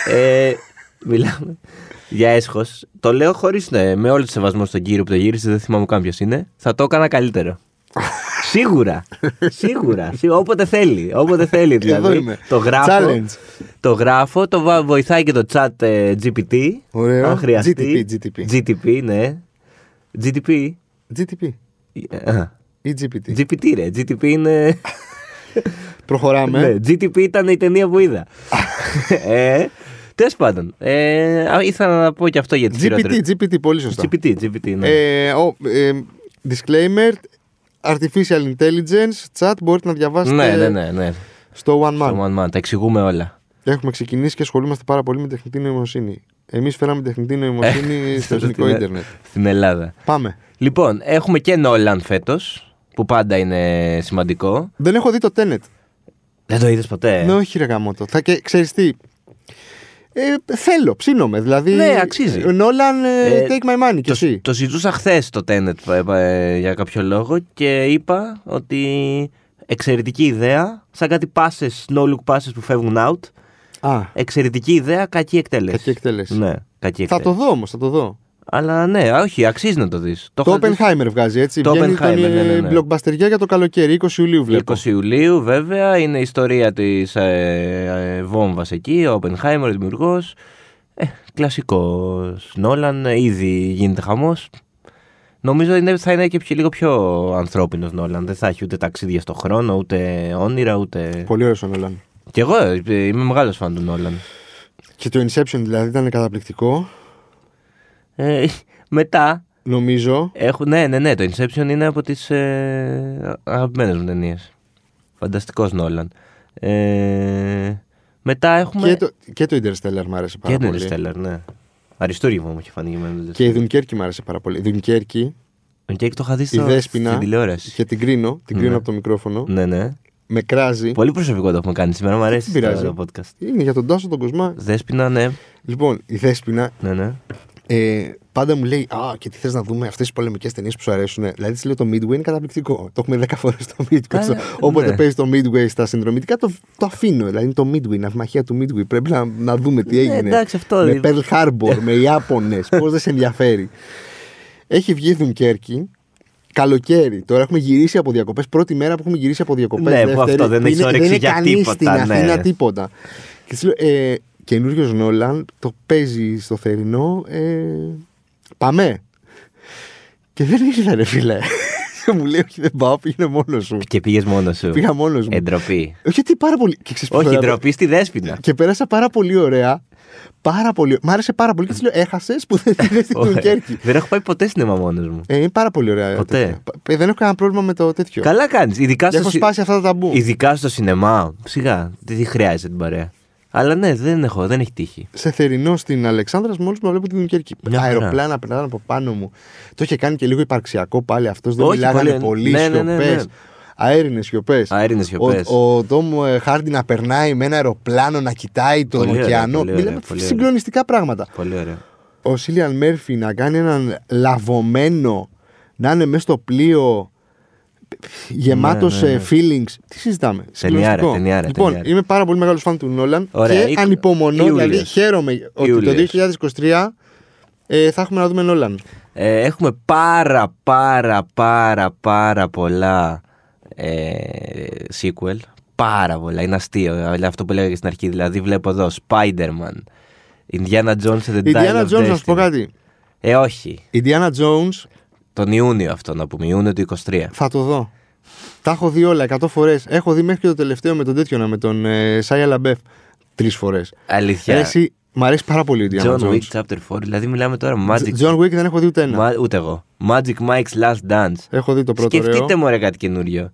B: ε, μιλάμε για έσχος. Το λέω χωρίς με όλο το σεβασμό στον κύριο που το γύρισε, δεν θυμάμαι καν ποιος είναι. Θα το έκανα
A: (laughs)
B: καλύτερο. σίγουρα. σίγουρα. σί- Όποτε θέλει.
A: (laughs)
B: Όποτε θέλει δηλαδή.
A: Εδώ είμαι.
B: Το γράφω.
A: Challenge.
B: Το γράφω, το βα- βοηθάει και το chat ε, GPT.
A: Ωραίο.
B: Αν χρειαστεί.
A: GTP, GTP.
B: GTP, ναι. GTP.
A: GTP
B: Α,
A: ή GPT.
B: GPT, ρε. GTP είναι.
A: (laughs) Προχωράμε.
B: Ναι, GTP ήταν η ταινία
A: (laughs)
B: που είδα. ε, Τέλος πάντων, ε, α, ήθελα να πω και αυτό για τις
A: GPT,
B: χειρότερες.
A: GPT, πολύ σωστά.
B: GPT, GPT, ναι.
A: Ε, ο, ε, Disclaimer. Artificial intelligence, chat, μπορείτε να διαβάσετε
B: ναι, ναι, ναι, ναι.
A: στο One Man.
B: Το one man, τα εξηγούμε όλα.
A: Έχουμε ξεκινήσει και ασχολούμαστε πάρα πολύ με τεχνητή νοημοσύνη. Εμείς φέραμε τεχνητή
B: (laughs) Ε,
A: νοημοσύνη στο ελληνικό
B: Στην-
A: ίντερνετ.
B: Στην Ελλάδα.
A: Πάμε.
B: Λοιπόν, έχουμε και Nolan φέτος, που πάντα είναι σημαντικό.
A: Δεν έχω δει το Tenet.
B: Δεν το είδες ποτέ.
A: Ναι, όχι, ρε γαμότο. Θα και ξέρεις τι. Ε, θέλω, ψήνομαι. Δηλαδή.
B: Ναι, αξίζει.
A: Νόλαν, ε,
B: Ε,
A: take my money κι
B: το,
A: εσύ.
B: το συζητούσα χθες το Tenet ε, ε, για κάποιο λόγο και είπα ότι εξαιρετική ιδέα, σαν κάτι passes, no look passes που φεύγουν out.
A: Α,
B: Εξαιρετική ιδέα, κακή εκτέλεση.
A: Κακή εκτέλεση.
B: Ναι, κακή
A: θα
B: εκτέλεση.
A: το δω όμως, θα το δω.
B: Αλλά ναι, α, όχι, αξίζει να το δεις.
A: Το Oppenheimer βγάζει έτσι.
B: Το
A: Βγαίνει
B: Oppenheimer, ναι, ναι, ναι.
A: blockbusterιά για το καλοκαίρι, 20 Ιουλίου βλέπω.
B: 20 Ιουλίου, βέβαια, είναι η ιστορία της ε, ε, βόμβας εκεί, ο Οπενχάιμερ, δημιουργός. Ε, Κλασικός Νόλαν, ε, ήδη γίνεται χαμός. Νομίζω είναι, θα είναι και πιο, λίγο πιο ανθρώπινος Νόλαν. Δεν θα έχει ούτε ταξίδια στο χρόνο, ούτε όνειρα, ούτε.
A: Πολύ ωραίος ο Νόλαν.
B: Κι εγώ ε, είμαι μεγάλος φαν του Νόλαν.
A: Και το Inception δηλαδή ήταν καταπληκτικό.
B: Ε, (laughs) μετά,
A: Νομίζω.
B: Έχω, ναι, ναι, ναι. Το Inception είναι από τις ε, αγαπημένες μου ταινίες. Φανταστικός Νόλαν. Ε, μετά έχουμε.
A: Και, το, και το Interstellar μου άρεσε πάρα
B: και το
A: πολύ.
B: Interstellar, ναι. Αριστούργημα μου είχε φανεί για μένα. το
A: Και η
B: Interstellar.
A: Δουνκέρκη μου άρεσε πάρα πολύ. Η Δουνκέρκη,
B: Ο Κέικ το είχα δει
A: η
B: στο,
A: Δέσποινα.
B: στην τηλεόραση.
A: Και την κρίνω, την κρίνω
B: Ναι.
A: από το μικρόφωνο.
B: Ναι, ναι.
A: Με κράζει.
B: Πολύ προσωπικό το έχουμε κάνει σήμερα. Μου αρέσει
A: Δεν πειράζει.
B: το, το podcast.
A: Είναι για τον Τάσο τον Κοσμά.
B: Δέσποινα, ναι.
A: Λοιπόν, η Δέσποινα
B: ναι, ναι.
A: ε, πάντα μου λέει Α, και τι θες να δούμε αυτές τις πολεμικές ταινίες που σου αρέσουν. Δηλαδή, της λέω το Midway είναι καταπληκτικό. Το έχουμε 10 φορές το Midway.
B: Α,
A: στο-
B: ναι.
A: Όποτε παίζει το Midway στα συνδρομητικά, το, το αφήνω. Δηλαδή, είναι το Midway, είναι αυμαχία του Midway. Πρέπει να, να δούμε τι έγινε.
B: Ναι, εντάξει, αυτό
A: με
B: είναι.
A: Pearl Harbor, με Ιάπωνες. Πώς δεν σε ενδιαφέρει. Έχει βγει η Δουνκέρκη Καλοκαίρι. Τώρα έχουμε γυρίσει από διακοπές. Πρώτη μέρα που έχουμε γυρίσει από διακοπές.
B: Ναι, που αυτό δεν έχεις όρεξη για
A: κανείς στην
B: τίποτα, ναι.
A: Αθήνα τίποτα. Και της λέω, ε, καινούριο Νόλαν το παίζει στο θερινό. Ε, παμέ. Και δεν ήρθε, ρε φίλε. (laughs) Και μου λέει, Όχι, δεν πάω, πήγαινε μόνος σου.
B: Και πήγες μόνος σου.
A: Πήγα μόνος μου. (laughs)
B: Εντροπή.
A: Όχι, γιατί πάρα πολύ. Και ξέρεις,
B: Όχι,
A: τώρα-
B: ντροπή στη δέσπινα.
A: Και πέρασα πάρα πολύ ωραία. Πάρα πολύ. Μ' άρεσε πάρα πολύ και της λέω: Έχασες που δεν είδε (laughs) στην Τουρκέρκη.
B: Δεν έχω πάει ποτέ σινεμά μόνος μου.
A: Ε, είναι πάρα πολύ ωραία.
B: Ποτέ.
A: τέτοια. Πα- ε, Δεν έχω κανένα πρόβλημα με το τέτοιο.
B: Καλά κάνεις. Ειδικά,
A: Και
B: στο
A: έχω
B: σι-
A: σπάσει αυτά τα ταμπού.
B: ειδικά στο σινεμά. Σιγά. Τι τι χρειάζεται την παρέα. Αλλά ναι, δεν έχω, δεν έχει τύχει.
A: Σε θερινό στην Αλεξάνδρα, μόλις με βλέπω την Δουνκέρκη.
B: Μια χαρά.
A: Αεροπλάνα περνάνε από πάνω μου. Το είχε κάνει και λίγο υπαρξιακό πάλι αυτός. Δεν
B: Όχι,
A: μιλάγανε
B: πολύ-
A: πολύ,
B: ναι, ναι,
A: σιωπές.
B: ναι, ναι.
A: Αέρινες σιωπές.
B: Αέρινες σιωπές.
A: Ο, ο Τόμ ε, Χάρντι να περνάει με ένα αεροπλάνο να κοιτάει τον
B: Πολύ ωραία,
A: ωκεανό.
B: πολύ ωραία,
A: Μιλάμε
B: πολύ ωραία.
A: συγκλονιστικά πράγματα.
B: Πολύ ωραίο.
A: ο Σίλιαν Μέρφυ να κάνει έναν λαβωμένο να είναι μέσα στο πλοίο γεμάτος
B: Ναι, ναι, ναι.
A: feelings. Τι συζητάμε. Συγκλονιστικό.
B: ταινιάρα,
A: Λοιπόν,
B: ταινιάρα.
A: είμαι πάρα πολύ μεγάλος φαν του Νόλαν
B: Ωραία,
A: και
B: είκο-
A: ανυπομονώ.
B: Ιούλιος.
A: Δηλαδή χαίρομαι ότι
B: Ιούλιος.
A: το 2023 ε, θα έχουμε να δούμε Νόλαν.
B: Ε, έχουμε πάρα πάρα πάρα πάρα πολλά ε, sequel. Πάρα πολλά. Είναι αστείο. Αλλά αυτό που έλεγα και στην αρχή. Δηλαδή βλέπω εδώ Spider-Man, Indiana Jones and the
A: Η
B: Dial
A: Diana
B: of
A: Jones, να σου πω
B: Destiny.
A: κάτι.
B: Ε, όχι.
A: Η Diana Jones
B: Τον Ιούνιο αυτό να πούμε. Ιούνιο του 23.
A: θα το δω. Τα έχω δει όλα 100 φορές. Έχω δει μέχρι και το τελευταίο με τον τέτοιο να με τον ε, Σάια Λαμπεφ τρεις φορές.
B: Αλήθεια.
A: Μ' αρέσει πάρα πολύ η Diana
B: John
A: Jones.
B: Wick Chapter 4. Δηλαδή μιλάμε τώρα Magic.
A: John Wick δεν έχω δει ούτε ένα.
B: Μα- ούτε εγώ. Magic Mike's Last Dance.
A: Έχω δει το πρώτο
B: Σκεφτείτε
A: ωραίο.
B: μωρέ κάτι καινούριο.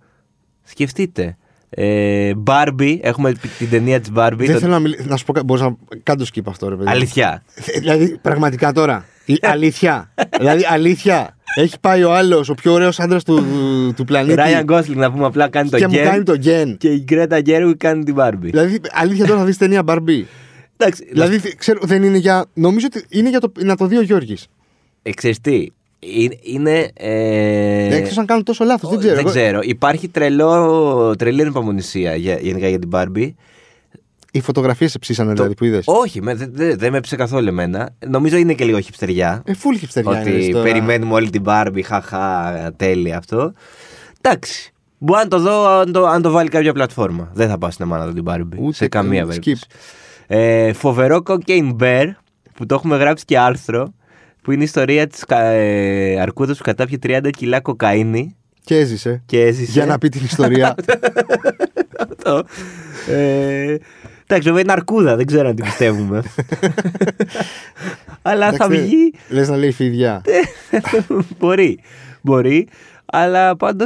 B: Σκεφτείτε. Ε, Barbie, έχουμε την ταινία της Barbie.
A: Δεν
B: το-
A: θέλω να, μιλ... να σου πω. Μπορείς να κάνω skip αυτό, ρε παιδί.
B: Αλήθεια.
A: Ε, Δηλαδή, πραγματικά τώρα.
B: (laughs)
A: Η αλήθεια. δηλαδή, αλήθεια. Έχει πάει ο άλλος, ο πιο ωραίος άντρας του, του
B: Ο
A: πλανήτη.
B: Ράιαν Γκόσλινγκ να πούμε απλά κάνει το
A: και μου
B: Γκέρ
A: κάνει το γκεν.
B: και η Γκρέτα Γκέρου κάνει την Μπάρμπι.
A: Δηλαδή, αλήθεια τώρα θα δεις ταινία Barbie.
B: Εντάξει, δηλαδή...
A: δηλαδή, θε- ξέρω, δεν είναι για. Νομίζω ότι είναι για το, να το δει ο Γιώργης.
B: ε, ξέρεις τι, είναι... είναι ε,
A: Ε... Εκτό αν κάνω τόσο λάθος, δεν ξέρω.
B: Δεν
A: Εγώ-
B: ξέρω. Υπάρχει τρελό, τρελή ανυπομονησία για, γενικά για την Μπάρμπι.
A: Οι φωτογραφίες σε ψήσανε, δηλαδή, που είδες.
B: Όχι, με- δεν δε, δεν με ψε καθόλου εμένα. Νομίζω είναι και λίγο χυψτεριά.
A: Ε, φούλ χυψτεριά είναι, λες
B: ότι
A: τώρα.
B: περιμένουμε όλη την Μπάρμπι, χαχά, τέλεια αυτό. Εντάξει. Μπορώ να το δω αν το, αν το βάλει κάποια πλατφόρμα. Δεν θα πάω σινεμά να δω την Barbie.
A: Ούτε
B: σε
A: καν,
B: καμία
A: skip.
B: περίπτωση. Ε, φοβερό Cocaine Bear που το έχουμε γράψει και άρθρο που είναι η ιστορία της κα- ε, αρκούδας που κατάπιε 30 κιλά κοκαίνη
A: Και έζησε.
B: και έζησε.
A: Για να πει την
B: (laughs)
A: ιστορία.
B: Αυτό. Ε, εντάξει, βέβαια είναι αρκούδα, δεν ξέρω αν
A: (laughs)
B: την πιστεύουμε. Αλλά θα βγει
A: Λες να λέει φιδιά.
B: (laughs) μπορεί. Μπορεί. Αλλά πάντως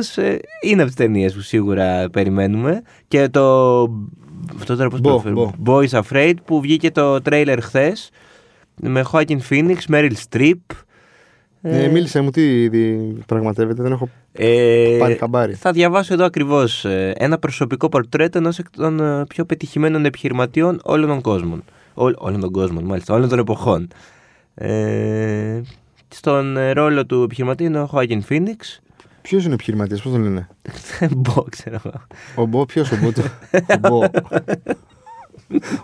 B: είναι από τι ταινίες που σίγουρα περιμένουμε. Και το. Αυτό τώρα πώς
A: Μπο,
B: το Boys Afraid που βγήκε το τρέιλερ χθες. Με Joaquin Phoenix, Meryl Streep.
A: Ε, μίλησε μου, τι τι πραγματεύεται, δεν έχω
B: Ε,
A: Πάρει χαμπάρι.
B: Θα διαβάσω εδώ ακριβώς ένα προσωπικό πορτρέτο ενός εκ των ε, πιο πετυχημένων επιχειρηματιών όλων των κόσμων. Ό, όλων των κόσμων, μάλιστα, όλων των εποχών. Ε, στον ε, ρόλο του επιχειρηματία είναι ο Χωάκιν Φίνιξ.
A: Ποιος είναι ο επιχειρηματίας, πώς τον λένε.
B: (laughs) Μπο, ξέρω εγώ.
A: Ο Μπό, ποιος ο Μπό. το- Ο Μπό.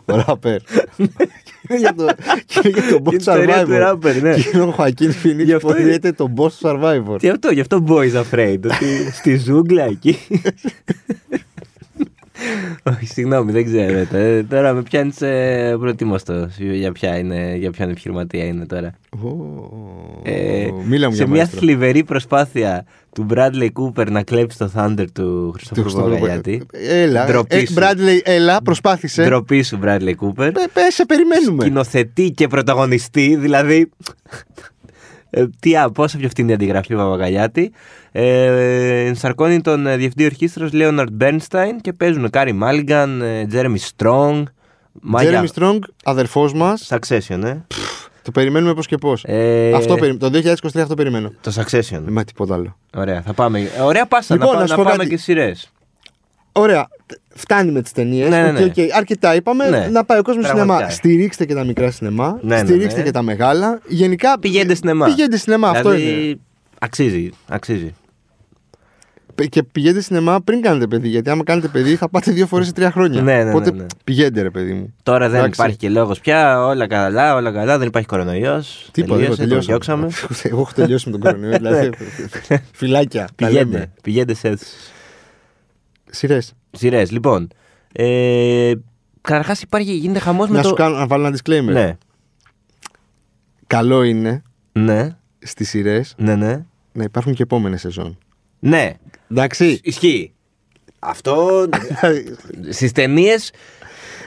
A: Ο ράπερ. Είναι για το- είναι για τον Μπό
B: Είναι η ιστορία του
A: Survivor.
B: ράπερ, ναι.
A: Και είναι ο Χακίν
B: Γι'
A: Φίνιξ
B: αυτό
A: που
B: είναι-
A: διέται τον Μπό στο Survivor.
B: Τι αυτό, γι' αυτό Boys Afraid. Ότι στη ζούγκλα
A: (laughs)
B: εκεί. Όχι, συγγνώμη, δεν ξέρω. Τε- Τώρα με πιάνεις προετοίμαστο για, ποια είναι, για ποιον επιχειρηματία είναι τώρα.
A: Ω,
B: Ε,
A: Μίλα μου
B: σε
A: για
B: μια
A: μαέστρο.
B: θλιβερή προσπάθεια του Bradley Cooper να κλέψει το Thunder του
A: Του
B: Χριστόφου
A: Χριστόφορου
B: Παπαγιάτη.
A: Μπακ- Έλα.
B: Ντροπή
A: Ε,
B: σου.
A: Bradley, έλα, προσπάθησε.
B: Ντροπή σου, Bradley Cooper.
A: Ε, πε, σε περιμένουμε.
B: Κοινοθετεί και πρωταγωνιστή, δηλαδή. Ε, τι, α, πόσο πιο φτηνή αντιγραφή ο Παπαγαλιάτη. Ε, ενσαρκώνει τον ε, διευθυντή ορχήστρας Λέοναρντ Μπέρνσταϊν και παίζουν Κάρι Μάλιγκαν, ε, Τζέρεμι Στρόγγ, Μάγια
A: Jeremy Strong, αδερφός μας.
B: Succession, ε.
A: Το περιμένουμε πώς και πώς.
B: Ε,
A: Αυτό περι- Το 2023 αυτό περιμένω. Ε,
B: Το Succession.
A: Μα τίποτα άλλο.
B: Ωραία, θα πάμε. Ε, Ωραία, πάσα
A: Λοιπόν, να
B: να, πάμε-
A: σου πω
B: να πάμε
A: κάτι.
B: και σειρές.
A: Ωραία. Φτάνει με τις ταινίες.
B: Ναι, ναι, ναι.
A: Αρκετά είπαμε.
B: Ναι.
A: Να πάει ο κόσμος
B: Πραγματικά.
A: σινεμά. Στηρίξτε και τα μικρά σινεμά.
B: Ναι, ναι,
A: στηρίξτε
B: ναι.
A: και τα μεγάλα. Γενικά.
B: Πηγαίνετε σινεμά.
A: Πηγαίνετε σινεμά. Αυτό
B: Δηλαδή,
A: είναι.
B: Αξίζει, αξίζει.
A: Και πηγαίνετε σινεμά πριν κάνετε παιδί. Γιατί άμα κάνετε παιδί θα πάτε δύο φορές σε τρία χρόνια.
B: Ναι, ναι, ναι,
A: Οπότε
B: ναι.
A: πηγαίνετε, ρε παιδί μου.
B: Τώρα δεν
A: Εντάξει.
B: υπάρχει και λόγος πια. Όλα καλά, όλα καλά. Δεν υπάρχει κορονοϊός.
A: Τίποτα, δεν
B: τον
A: (laughs)
B: διώξαμε. Ναι.
A: Εγώ έχω τελειώσει με τον κορονοϊό. δηλαδή, φυλάκια. τα λέμε.
B: Πηγαίνετε, πηγαίνετε σε
A: Σειρές.
B: σειρές. Λοιπόν, ε, καταρχάς υπάρχει, γίνεται χαμός με
A: Να
B: το.
A: σου κάνω να βάλω ένα disclaimer.
B: Ναι,
A: Καλό είναι
B: ναι,
A: στις σειρές
B: ναι, ναι.
A: να υπάρχουν και επόμενες σεζόν.
B: Ναι,
A: Εντάξει.
B: ισχύει. Αυτό στις ταινίες.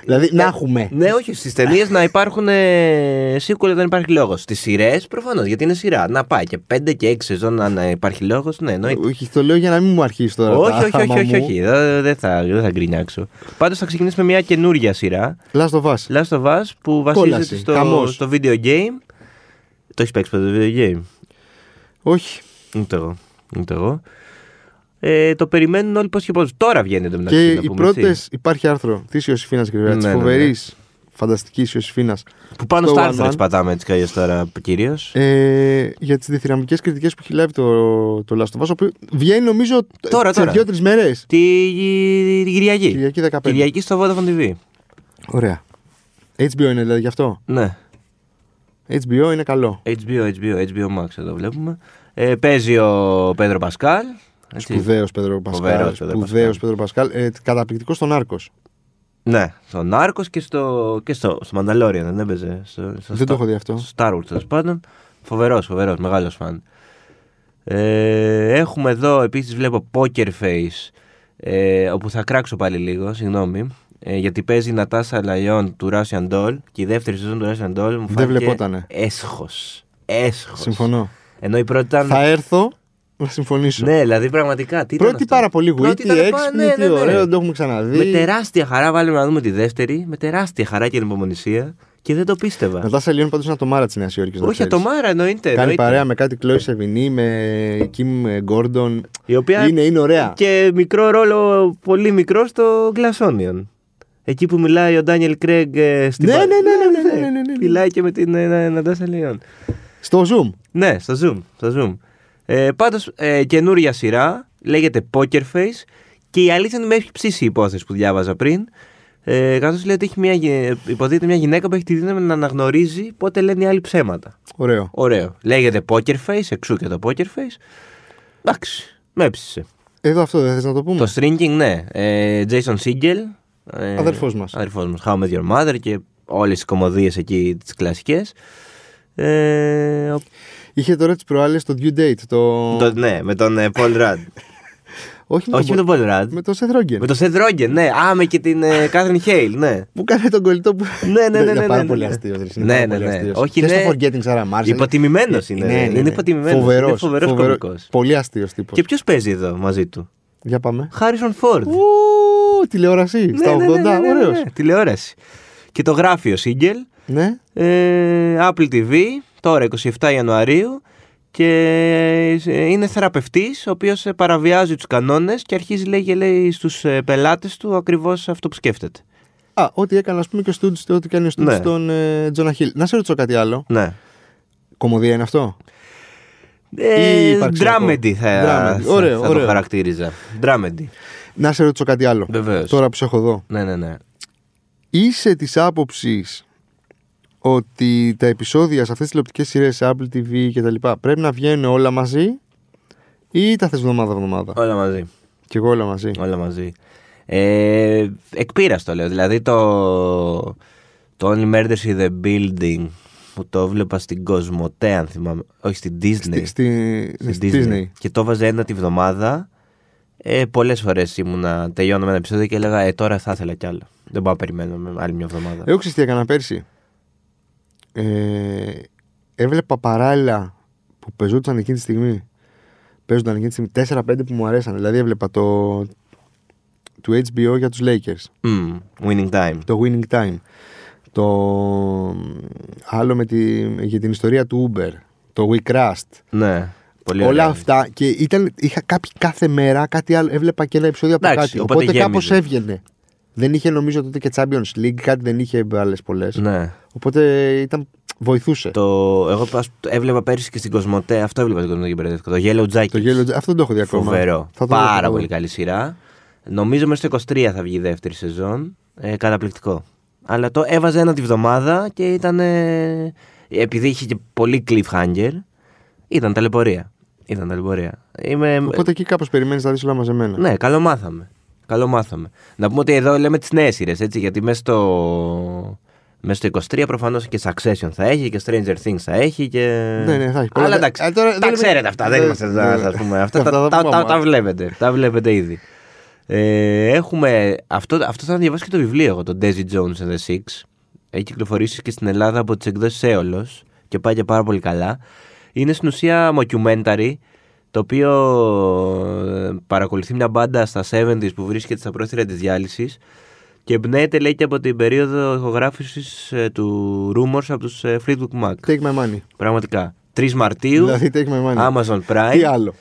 A: δηλαδή να έχουμε.
B: Ναι, όχι, στις ταινίες να υπάρχουν ε, sequel δεν υπάρχει λόγος. Στι σειρές προφανώς γιατί είναι σειρά. Να πάει και 5 και 6 σεζόν αν υπάρχει λόγος. Ναι, εννοείται.
A: Όχι, το λέω για να μην μου αρχίσει τώρα.
B: Όχι,
A: τα
B: όχι, όχι,
A: άμα
B: όχι,
A: μου.
B: όχι. Δεν δεν θα, δεν θα γκρινιάξω. Πάντως θα ξεκινήσουμε μια καινούργια σειρά.
A: Λάστο βάση.
B: Last of Us που
A: Κόλαση,
B: βασίζεται στο,
A: χαμός.
B: στο video game. Το έχεις παίξει ποτέ το video game.
A: Όχι.
B: Ούτε εγώ. Ούτε εγώ. Ε, το περιμένουν όλοι πώς και πώς. Τώρα βγαίνει το μεταξύ.
A: Και
B: να
A: οι
B: πούμε,
A: πρώτες.
B: έτσι.
A: Υπάρχει άρθρο της Ιωσήφινας Γρηγοριά, τη
B: Ναι, ναι, ναι.
A: φοβερή φανταστικής Ιωσήφινας.
B: Που πάνω
A: το
B: στα
A: One
B: άρθρα
A: Man.
B: τις πατάμε έτσι καλώ τώρα κυρίως.
A: Ε, για τις διθυραμικέ κριτικές που έχει λάβει το, το Last of Us, ο οποίος βγαίνει νομίζω
B: Τώρα,
A: σε
B: τώρα.
A: δύο-τρει μέρες.
B: Τη την Κυριακή.
A: Κυριακή 15.
B: Κυριακή στο Vodafone TV.
A: Ωραία. HBO είναι δηλαδή γι' αυτό.
B: Ναι.
A: HBO είναι καλό.
B: HBO, HBO, HBO Max εδώ βλέπουμε. Ε, παίζει ο Πέντρο Πασκάλ. έτσι.
A: Σπουδαίος Πέδρο
B: Πέδρο
A: Πασκάλ.
B: Πασκάλ.
A: Σπουδαίος Πέδρο Πασκάλ. Ε, καταπληκτικός στον Άρκος.
B: Ναι, στον Νάρκο και στο, και στο, στο Mandalorian, δεν έπαιζε. Στο, στο
A: Δεν το
B: Star-
A: έχω δει αυτό.
B: Στο Star Wars, τέλος πάντων. Φοβερός, φοβερός, μεγάλος φαν. Ε, έχουμε εδώ επίσης βλέπω Poker Face, ε, όπου θα κράξω πάλι λίγο, συγγνώμη. Ε, γιατί παίζει η Νατάσα Λαϊόν του Russian Doll και η δεύτερη σεζόν του Russian Doll μου
A: Δεν
B: φάνηκε
A: βλεπότανε.
B: έσχος. Έσχος.
A: Συμφωνώ.
B: Ενώ η πρώτη ήταν...
A: Θα έρθω να συμφωνήσω.
B: Ναι, δηλαδή πραγματικά. Τι ήταν
A: Πρώτη
B: αυτό?
A: πάρα πολύ γουίτη,
B: Πρώτη ήταν πάρα- ναι,
A: έξυπνη,
B: ναι,
A: τι
B: ναι.
A: ωραίο, δεν το έχουμε
B: Με
A: ξαναδεί.
B: τεράστια χαρά βάλαμε να δούμε τη δεύτερη. Με τεράστια χαρά και ανυπομονησία. Και δεν το πίστευα.
A: Μετά σε λίγο πάντως είναι ατομάρα της Νέας Υόρκης.
B: Όχι, ατομάρα εννοείται.
A: Κάνει
B: εννοείται.
A: παρέα με κάτι Κλόι Σεβινή, με Κιμ Γκόρντον.
B: Η οποία
A: Είναι, είναι ωραία.
B: Και μικρό ρόλο, πολύ μικρό στο Glass Onion. Εκεί που μιλάει ο Ντάνιελ Κρέγκ ε, στην
A: Ναι,
B: πα-
A: ναι, ναι, ναι, ναι, ναι, ναι, ναι.
B: Μιλάει και με την ε, Ναντάσα Λεϊόν.
A: Στο Zoom.
B: Ναι, στο Zoom. Στο Zoom. Ε, Πάντως, ε, καινούρια σειρά. Λέγεται Poker Face. Και η αλήθεια είναι ότι με έχει ψήσει η υπόθεση που διάβαζα πριν. Ε, Καθώς λέει ότι έχει μια, γε- υποτίθεται μια γυναίκα που έχει τη δύναμη να αναγνωρίζει πότε λένε οι άλλοι ψέματα.
A: Ωραίο.
B: Ωραίο. Λέγεται Poker Face, εξού και το Poker Face. Εντάξει, με έψησε.
A: Εδώ αυτό δεν θες να το πούμε.
B: Το stringing, ναι. Ε, Jason Siegel. Ε,
A: Αδερφός μας.
B: Αδερφός μας. How I Met Your Mother και όλες τις κομμωδίες εκεί τις κλασικές. Ε, ο-
A: Είχε τώρα τις προάλλες το due date. Το...
B: το- ναι, με τον ε, Paul Rudd.
A: (laughs) Όχι,
B: Όχι με
A: με
B: τον Paul Rudd.
A: με το Seth Rogen.
B: με τον Seth Rogen, ναι. Α, με και την ε, Catherine Hale, ναι.
A: Που κάνει τον κολλητό που.
B: Ναι, ναι, ναι, ναι,
A: Είναι πάρα
B: ναι,
A: πολύ
B: ναι.
A: αστείος. ρε,
B: Ναι,
A: Είναι πάρα
B: ναι,
A: πολύ
B: ναι.
A: αστείος.
B: Όχι,
A: Και
B: είναι-
A: στο Forgetting Sarah Ε, ναι, Marshall.
B: Υποτιμημένος είναι, είναι υποτιμημένος, είναι
A: Φοβερός.
B: φοβερός κωμικός.
A: Πολύ αστείος τύπος.
B: Και ποιος παίζει εδώ μαζί του.
A: Για πάμε.
B: Harrison Ford.
A: Ου, τηλεόραση
B: Ναι,
A: στα
B: ναι,
A: 80.
B: ναι, ναι, ναι, ναι,
A: Ωραίος.
B: ναι. Τηλεόραση. Και το γράφει ο Siegel.
A: Ναι.
B: Ε, Apple TV, τώρα 27 Ιανουαρίου και ε, είναι θεραπευτής ο οποίος ε, παραβιάζει τους κανόνες και αρχίζει λέει, και λέει στους ε, πελάτες του ακριβώς αυτό που σκέφτεται.
A: Α, ό,τι έκανε, ας πούμε, και ο Στούντι, ό,τι κάνει ο Στούντι
B: Ναι.
A: στον ε, Τζόνα Χιλ. Να σε ρωτήσω κάτι άλλο.
B: Ναι.
A: Κομμωδία είναι αυτό. Ή
B: Ε,
A: υπαρξιακό.
B: dramedy θα,
A: Dramedy.
B: θα-
A: Ωραίο,
B: θα το
A: ωραίο.
B: χαρακτήριζα. Dramedy.
A: Να σε ρωτήσω κάτι άλλο.
B: Βεβαίως.
A: Τώρα που σε έχω εδώ.
B: Ναι, ναι, ναι.
A: Είσαι της άποψης ότι τα επεισόδια σε αυτές τις τηλεοπτικές σειρές, σε Apple TV κτλ. πρέπει να βγαίνουν όλα μαζί ή τα θες εβδομάδα-εβδομάδα.
B: Όλα μαζί.
A: Κι εγώ όλα μαζί.
B: Όλα μαζί. Ε, εκ πείρας το λέω. Δηλαδή το, το Only Murders in the Building που το βλέπα στην Κοσμοτέ, αν θυμάμαι. Όχι, στην Disney.
A: Στη, στη, ναι, στη Disney.
B: Και το βάζα ένα τη βδομάδα. Ε, Πολλές φορές ήμουνα, τελειώνω με ένα επεισόδιο και έλεγα Ε, τώρα θα ήθελα κι άλλο. Δεν πάω να περιμένω με άλλη μια εβδομάδα.
A: Εγώ ξέρεις τι έκανα πέρσι. Ε, έβλεπα παράλληλα που πεζόντουσαν εκείνη τη στιγμή. Παίζονταν εκείνη τη στιγμή 4-5 που μου αρέσαν. Δηλαδή έβλεπα το του HBO για τους Lakers.
B: Μμμ, winning time.
A: Το Winning Time. Το άλλο με τη, για την ιστορία του Uber. Το We Crashed.
B: Ναι. Πολύ
A: Όλα
B: ωραία.
A: αυτά. Και ήταν, είχα κάποιοι κάθε μέρα κάτι άλλο. Έβλεπα και ένα επεισόδιο από
B: Εντάξει,
A: κάτι.
B: οπότε
A: Οπότε, κάπως
B: γέμιζες.
A: κάπω έβγαινε. Δεν είχε νομίζω τότε και Champions League, κάτι δεν είχε άλλες πολλές.
B: Ναι.
A: Οπότε ήταν βοηθούσε.
B: Το, εγώ ας- το έβλεπα πέρυσι και στην Κοσμοτέ, αυτό έβλεπα στην Κοσμοτέ και μπερδεύτηκα. Το Yellow Jacket.
A: Το γέλιο, αυτό δεν το έχω δει ακόμα.
B: Φοβερό.
A: Θα το δω, θα
B: Πάρα
A: το δω.
B: πολύ καλή σειρά. Νομίζω μέσα στο 23 θα βγει η δεύτερη σεζόν. Ε, καταπληκτικό. Αλλά το έβαζε ένα τη βδομάδα και ήταν. ε, επειδή είχε και πολύ cliffhanger, ήταν ταλαιπωρία. Ήταν ταλαιπωρία. Είμαι,
A: Οπότε εκεί κάπως περιμένεις να δεις όλα μαζεμένα.
B: ναι, καλό μάθαμε. Καλό μάθαμε. Να πούμε ότι εδώ λέμε τις νέες σειρές, έτσι, γιατί μέσα στο. Μέσα στο 23 προφανώς και Succession θα έχει και Stranger Things θα έχει και.
A: Ναι, ναι, θα έχει. Πολλά-
B: Αλλά εντάξει.
A: Α, τώρα
B: τα
A: δεν-
B: ξέρετε αυτά, δεν
A: δεν-
B: είμαστε εδώ να
A: δεν-
B: σας πούμε. Αυτά
A: Αυτά
B: τα,
A: (laughs) θα
B: τα,
A: πούμε
B: τα-
A: άμα.
B: τα βλέπετε. Τα βλέπετε ήδη. Ε, έχουμε. Αυτό, αυτό θα διαβάσει και το βιβλίο εγώ, το Daisy Jones and the Six. Έχει κυκλοφορήσει και στην Ελλάδα από τις εκδόσεις Έολο και πάει και πάρα πολύ καλά. Είναι στην ουσία mockumentary το οποίο ε, παρακολουθεί μια μπάντα στα 70s που βρίσκεται στα πρόθυρα της διάλυσης και εμπνέεται λέει και από την περίοδο ηχογράφησης ε, του Rumors από τους ε, Fleetwood Mac.
A: Take my money.
B: Πραγματικά. 3 Μαρτίου,
A: Δηλαδή, take my money.
B: Amazon Prime.
A: Τι άλλο.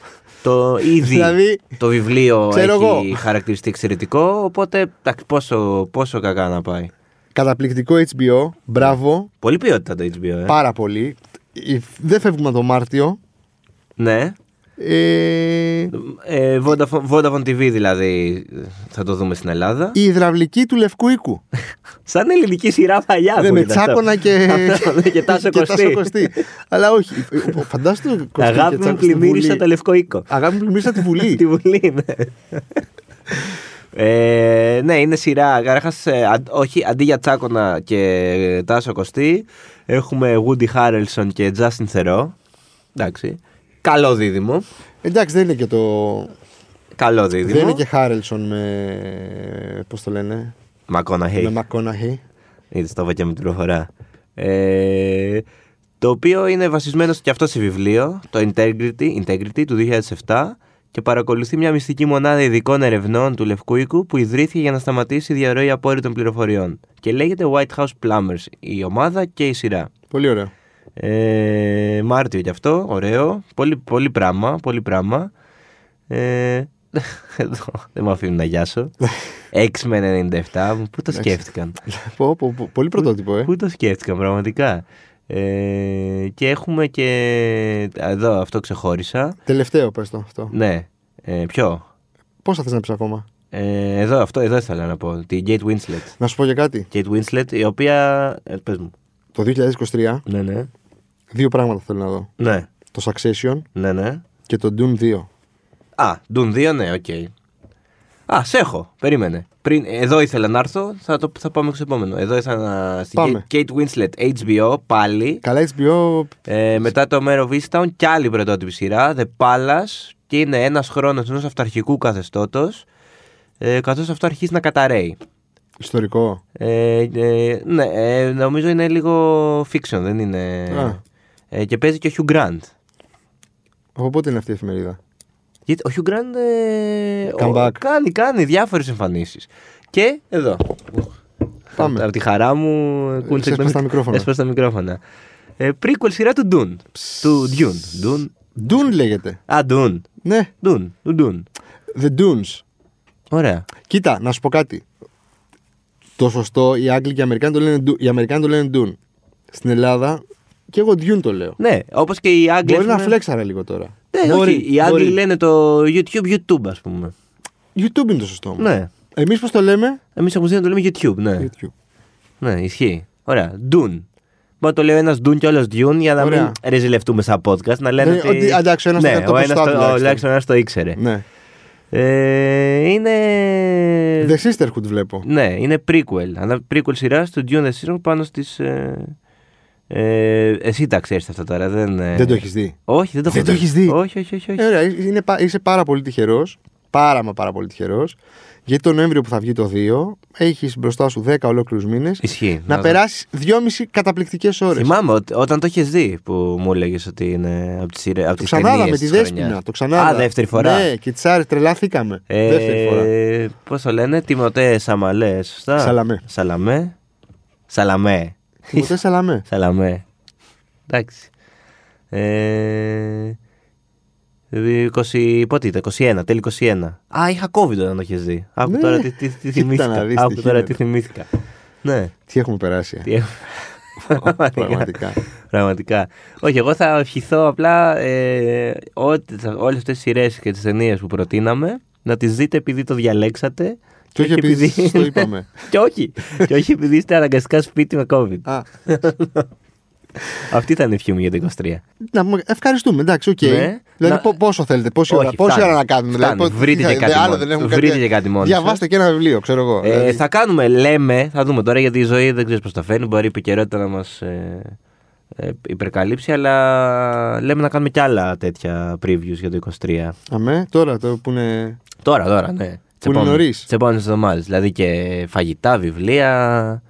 B: Το ήδη
A: Δηλαδή,
B: το βιβλίο έχει
A: ξέρω εγώ.
B: χαρακτηριστεί εξαιρετικό, οπότε εντάξει, πόσο, πόσο κακά να πάει.
A: Καταπληκτικό HBO. Μπράβο.
B: Πολύ ποιότητα το HBO, ε.
A: Πάρα πολύ. Ε, Δεν φεύγουμε το Μάρτιο.
B: Ναι.
A: Ε,
B: Ε, Vodafone, Vodafone TV δηλαδή ε, θα το δούμε στην Ελλάδα.
A: η υδραυλική του Λευκού Οίκου.
B: Σαν ελληνική σειρά παλιά.
A: Ναι, με
B: ακούγεται αυτό.
A: τσάκωνα και,
B: (laughs) Αυτό, ναι,
A: (laughs)
B: και τάσο κοστί.
A: Αλλά όχι. Φαντάζομαι το Κωστή.
B: Αγάπη
A: και
B: μου
A: Τσάκος στη
B: πλημμύρισα
A: Βουλή.
B: το λευκό οίκο.
A: Αγάπη μου πλημμύρισα τη
B: (laughs) Τη
A: Βουλή.
B: Βουλή, ναι. Ε, ναι, είναι σειρά. Καταρχάς, όχι αντί για Τσάκωνα και Τάσο Κωστή, έχουμε Woody Harrelson και Justin Theroux. Εντάξει. Καλό δίδυμο.
A: Ε, Εντάξει, δεν είναι και το.
B: Καλό δίδυμο.
A: Δεν είναι και Χάρελσον με. Πώς το λένε.
B: Μακόναχη.
A: Με Μακόναχη.
B: Είδες το είπα και με την προφορά. Ε, το οποίο είναι βασισμένος και αυτό σε βιβλίο, το Integrity, Integrity του 2007 και παρακολουθεί μια μυστική μονάδα ειδικών ερευνών του Λευκού Οίκου που ιδρύθηκε για να σταματήσει η διαρροή απόρριτων πληροφοριών. Και λέγεται White House Plumbers, η ομάδα και η σειρά.
A: Πολύ ωραίο.
B: Ε, Μάρτιο κι αυτό, ωραίο. Πολύ, πολύ πράγμα, πολύ πράγμα. Ε, (laughs) εδώ, δεν με αφήνουν να γιάσω. X-Men 97, πού το σκέφτηκαν.
A: Πω, πω, πω, πολύ πρωτότυπο, ε.
B: Πού το σκέφτηκα πραγματικά. Ε, και έχουμε και. Εδώ αυτό ξεχώρισα.
A: Τελευταίο, πες το αυτό.
B: Ναι. Ε, ποιο.
A: Πώ θα θες να πεις ακόμα.
B: Ε, εδώ, αυτό, εδώ ήθελα να πω. Τη Kate Winslet.
A: Να σου πω για κάτι.
B: Kate Winslet, η οποία. Ε, πες μου.
A: Το 2023
B: Ναι, ναι.
A: δύο πράγματα θέλω να δω.
B: Ναι,
A: Το Succession
B: ναι, ναι.
A: και το Dune 2.
B: Α, Dune 2, ναι, οκ. Α, σε έχω. Περίμενε. Πριν, εδώ ήθελα να έρθω, θα, το, θα πάμε στο επόμενο. Εδώ ήθελα να. Στην
A: Πάμε.
B: Kate Winslet, HBO, πάλι.
A: Καλά, HBO.
B: Ε, μετά το Mare of Easttown και άλλη πρωτότυπη σειρά, The Palace, και είναι ένας χρόνος ενός αυταρχικού καθεστώτος, ε, καθώς αυτό αρχίζει να καταραίει.
A: Ιστορικό.
B: Ε, ε, ναι, ε, νομίζω είναι λίγο fiction, δεν είναι.
A: Α.
B: Ε, και παίζει και ο Hugh Grant.
A: Από πότε είναι αυτή η εφημερίδα.
B: Γιατί ο Hugh Grant ε,
A: Come
B: ο-
A: back.
B: κάνει, κάνει διάφορες εμφανίσεις. Και εδώ.
A: Πάμε.
B: Από τη χαρά μου, ε, κούνησε
A: έσπασε
B: με-
A: τα μικρόφωνα.
B: έσπασε τα μικρόφωνα. Ε, prequel σειρά του Dune. Του Dune. Dune.
A: Dune λέγεται.
B: Α, Dune.
A: Ναι,
B: Ντουν, ντουν, ντουν.
A: The Dunes.
B: Ωραία.
A: Κοίτα, να σου πω κάτι. Το σωστό, οι Άγγλοι και οι Αμερικάνοι το λένε, Dune- οι Αμερικάνοι το λένε Dune. Στην Ελλάδα και εγώ Dune το λέω.
B: Ναι, όπως και οι Άγγλοι.
A: Μπορεί
B: ας
A: να
B: πούμε-
A: φλέξαρα λίγο τώρα.
B: Ναι,
A: Μπορεί,
B: όχι, οι Άγγλοι
A: μπορεί.
B: λένε το YouTube, YouTube, ας πούμε.
A: YouTube είναι το σωστό μου.
B: Ναι.
A: Εμείς πώς το λέμε.
B: Εμείς έχουμε να το λέμε YouTube, ναι.
A: YouTube.
B: ναι, ισχύει. Ωραία. Ντουν. Μπορεί να το λέει ένας ντουν και όλο ντιουν για να
A: Ωραία.
B: μην ρεζιλευτούμε σαν podcast. Να λένε
A: Ναι,
B: ότι.
A: ότι, εντάξει, ο ένας το
B: ναι,
A: έκανε το
B: ο ένας
A: σωστά
B: το,
A: τουλάχιστον.
B: τουλάχιστον ένα το ήξερε.
A: Ναι.
B: Ε, είναι.
A: The Sisterhood βλέπω.
B: Ε, Ναι, είναι prequel. Ανα prequel σειράς του Dune The Season πάνω στις. Ε, ε, εσύ τα ξέρεις αυτά τώρα. Δεν, ε,
A: Δεν το έχεις δει.
B: Όχι, δεν το έχω
A: Δεν το έχεις δει.
B: Όχι, όχι, όχι. όχι.
A: Ε, ωραία, είναι, πα- είσαι πάρα πολύ τυχερός. Πάρα μα πάρα πολύ τυχερός. Γιατί το Νοέμβριο που θα βγει το 2, έχεις μπροστά σου 10 ολόκληρους μήνες
B: Ισχύει.
A: να
B: δω.
A: περάσεις 2,5 καταπληκτικές ώρες.
B: Θυμάμαι ότι όταν το είχε δει που μου έλεγες ότι είναι από τις σειρέ. Από
A: Το
B: τις
A: ξανάδα
B: ταινίες
A: με τη
B: της
A: Δέσποινα.
B: χρονιάς.
A: Το ξανάδα.
B: Α, δεύτερη φορά. Ε,
A: Ναι, και τη άρεσε, τρελάθηκαμε. Δεύτερη φορά.
B: Πώς το λένε, Τιμωτέ Σαμαλέ, σωστά.
A: Σαλαμέ.
B: Σαλαμέ. Σαλαμέ.
A: Τιμωτέ Σαλαμέ.
B: Σαλαμέ. Εντάξει. Ε, 20, πότε ήταν, 21, τέλη 21. Α, είχα COVID όταν το είχες δει. Άκου
A: Ναι.
B: τώρα τι, τι, τι
A: Κοίτα να
B: θυμήθηκα.
A: δεις τι
B: Άκου τώρα
A: γίνεται.
B: τι θυμήθηκα. Ναι.
A: Τι έχουμε περάσει. ε.
B: Τι έχω- (laughs)
A: Πραγματικά.
B: Πραγματικά. Όχι, εγώ θα ευχηθώ απλά ε, όλες αυτές τις σειρές και τις ταινίες που προτείναμε να τις δείτε επειδή το διαλέξατε.
A: Και όχι επειδή σας το είπαμε.
B: (laughs) και όχι. και όχι επειδή είστε αναγκαστικά σπίτι με COVID.
A: Α,
B: Αυτή θα είναι η ευχή μου για το 23.
A: να πούμε, ευχαριστούμε, εντάξει, οκ.
B: Ναι.
A: Δηλαδή,
B: Να-
A: πο- πόσο θέλετε, πόση, ώρα,
B: Όχι,
A: πόση
B: φτάνει.
A: ώρα να κάνουμε.
B: Φτάνει.
A: Δηλαδή, πο-
B: Βρείτε
A: τι θα-
B: και κάτι
A: δε- άλλο
B: μόνο.
A: δεν έχουμε
B: Βρείτε
A: κάτι-
B: και κάτι μόνο
A: Διαβάστε και ένα βιβλίο, ξέρω εγώ.
B: Ε,
A: δηλαδή.
B: θα κάνουμε, λέμε, θα δούμε τώρα γιατί η ζωή δεν ξέρεις πώς τα φέρνει. Μπορεί η επικαιρότητα να μας ε, ε, υπερκαλύψει, αλλά λέμε να κάνουμε κι άλλα τέτοια previews για το 23.
A: Αμέ, τώρα το που είναι.
B: Τώρα, τώρα, ναι.
A: Που είναι νωρίς.
B: Τι επόμενε εβδομάδες. Δηλαδή και φαγητά, βιβλία.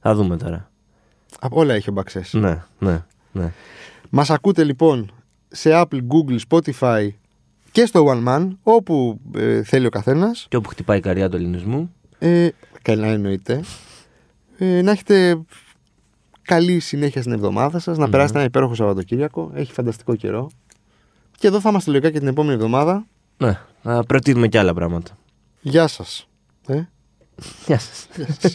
B: Θα δούμε τώρα.
A: Α, Όλα έχει ο Μπαξές.
B: Ναι, ναι, ναι.
A: Μας ακούτε λοιπόν σε Apple, Google, Spotify και στο One Man, όπου ε, θέλει ο καθένας.
B: Και όπου χτυπάει η καρδιά του ελληνισμού.
A: Ε, καλά εννοείται. Ε, να έχετε καλή συνέχεια στην εβδομάδα σας, να περάσετε ένα υπέροχο Σαββατοκύριακο. Έχει φανταστικό καιρό. Και εδώ θα είμαστε λογικά και την επόμενη εβδομάδα.
B: Ναι, να προτείνουμε κι άλλα πράγματα.
A: Γεια σας. Ε.
B: Γεια σας.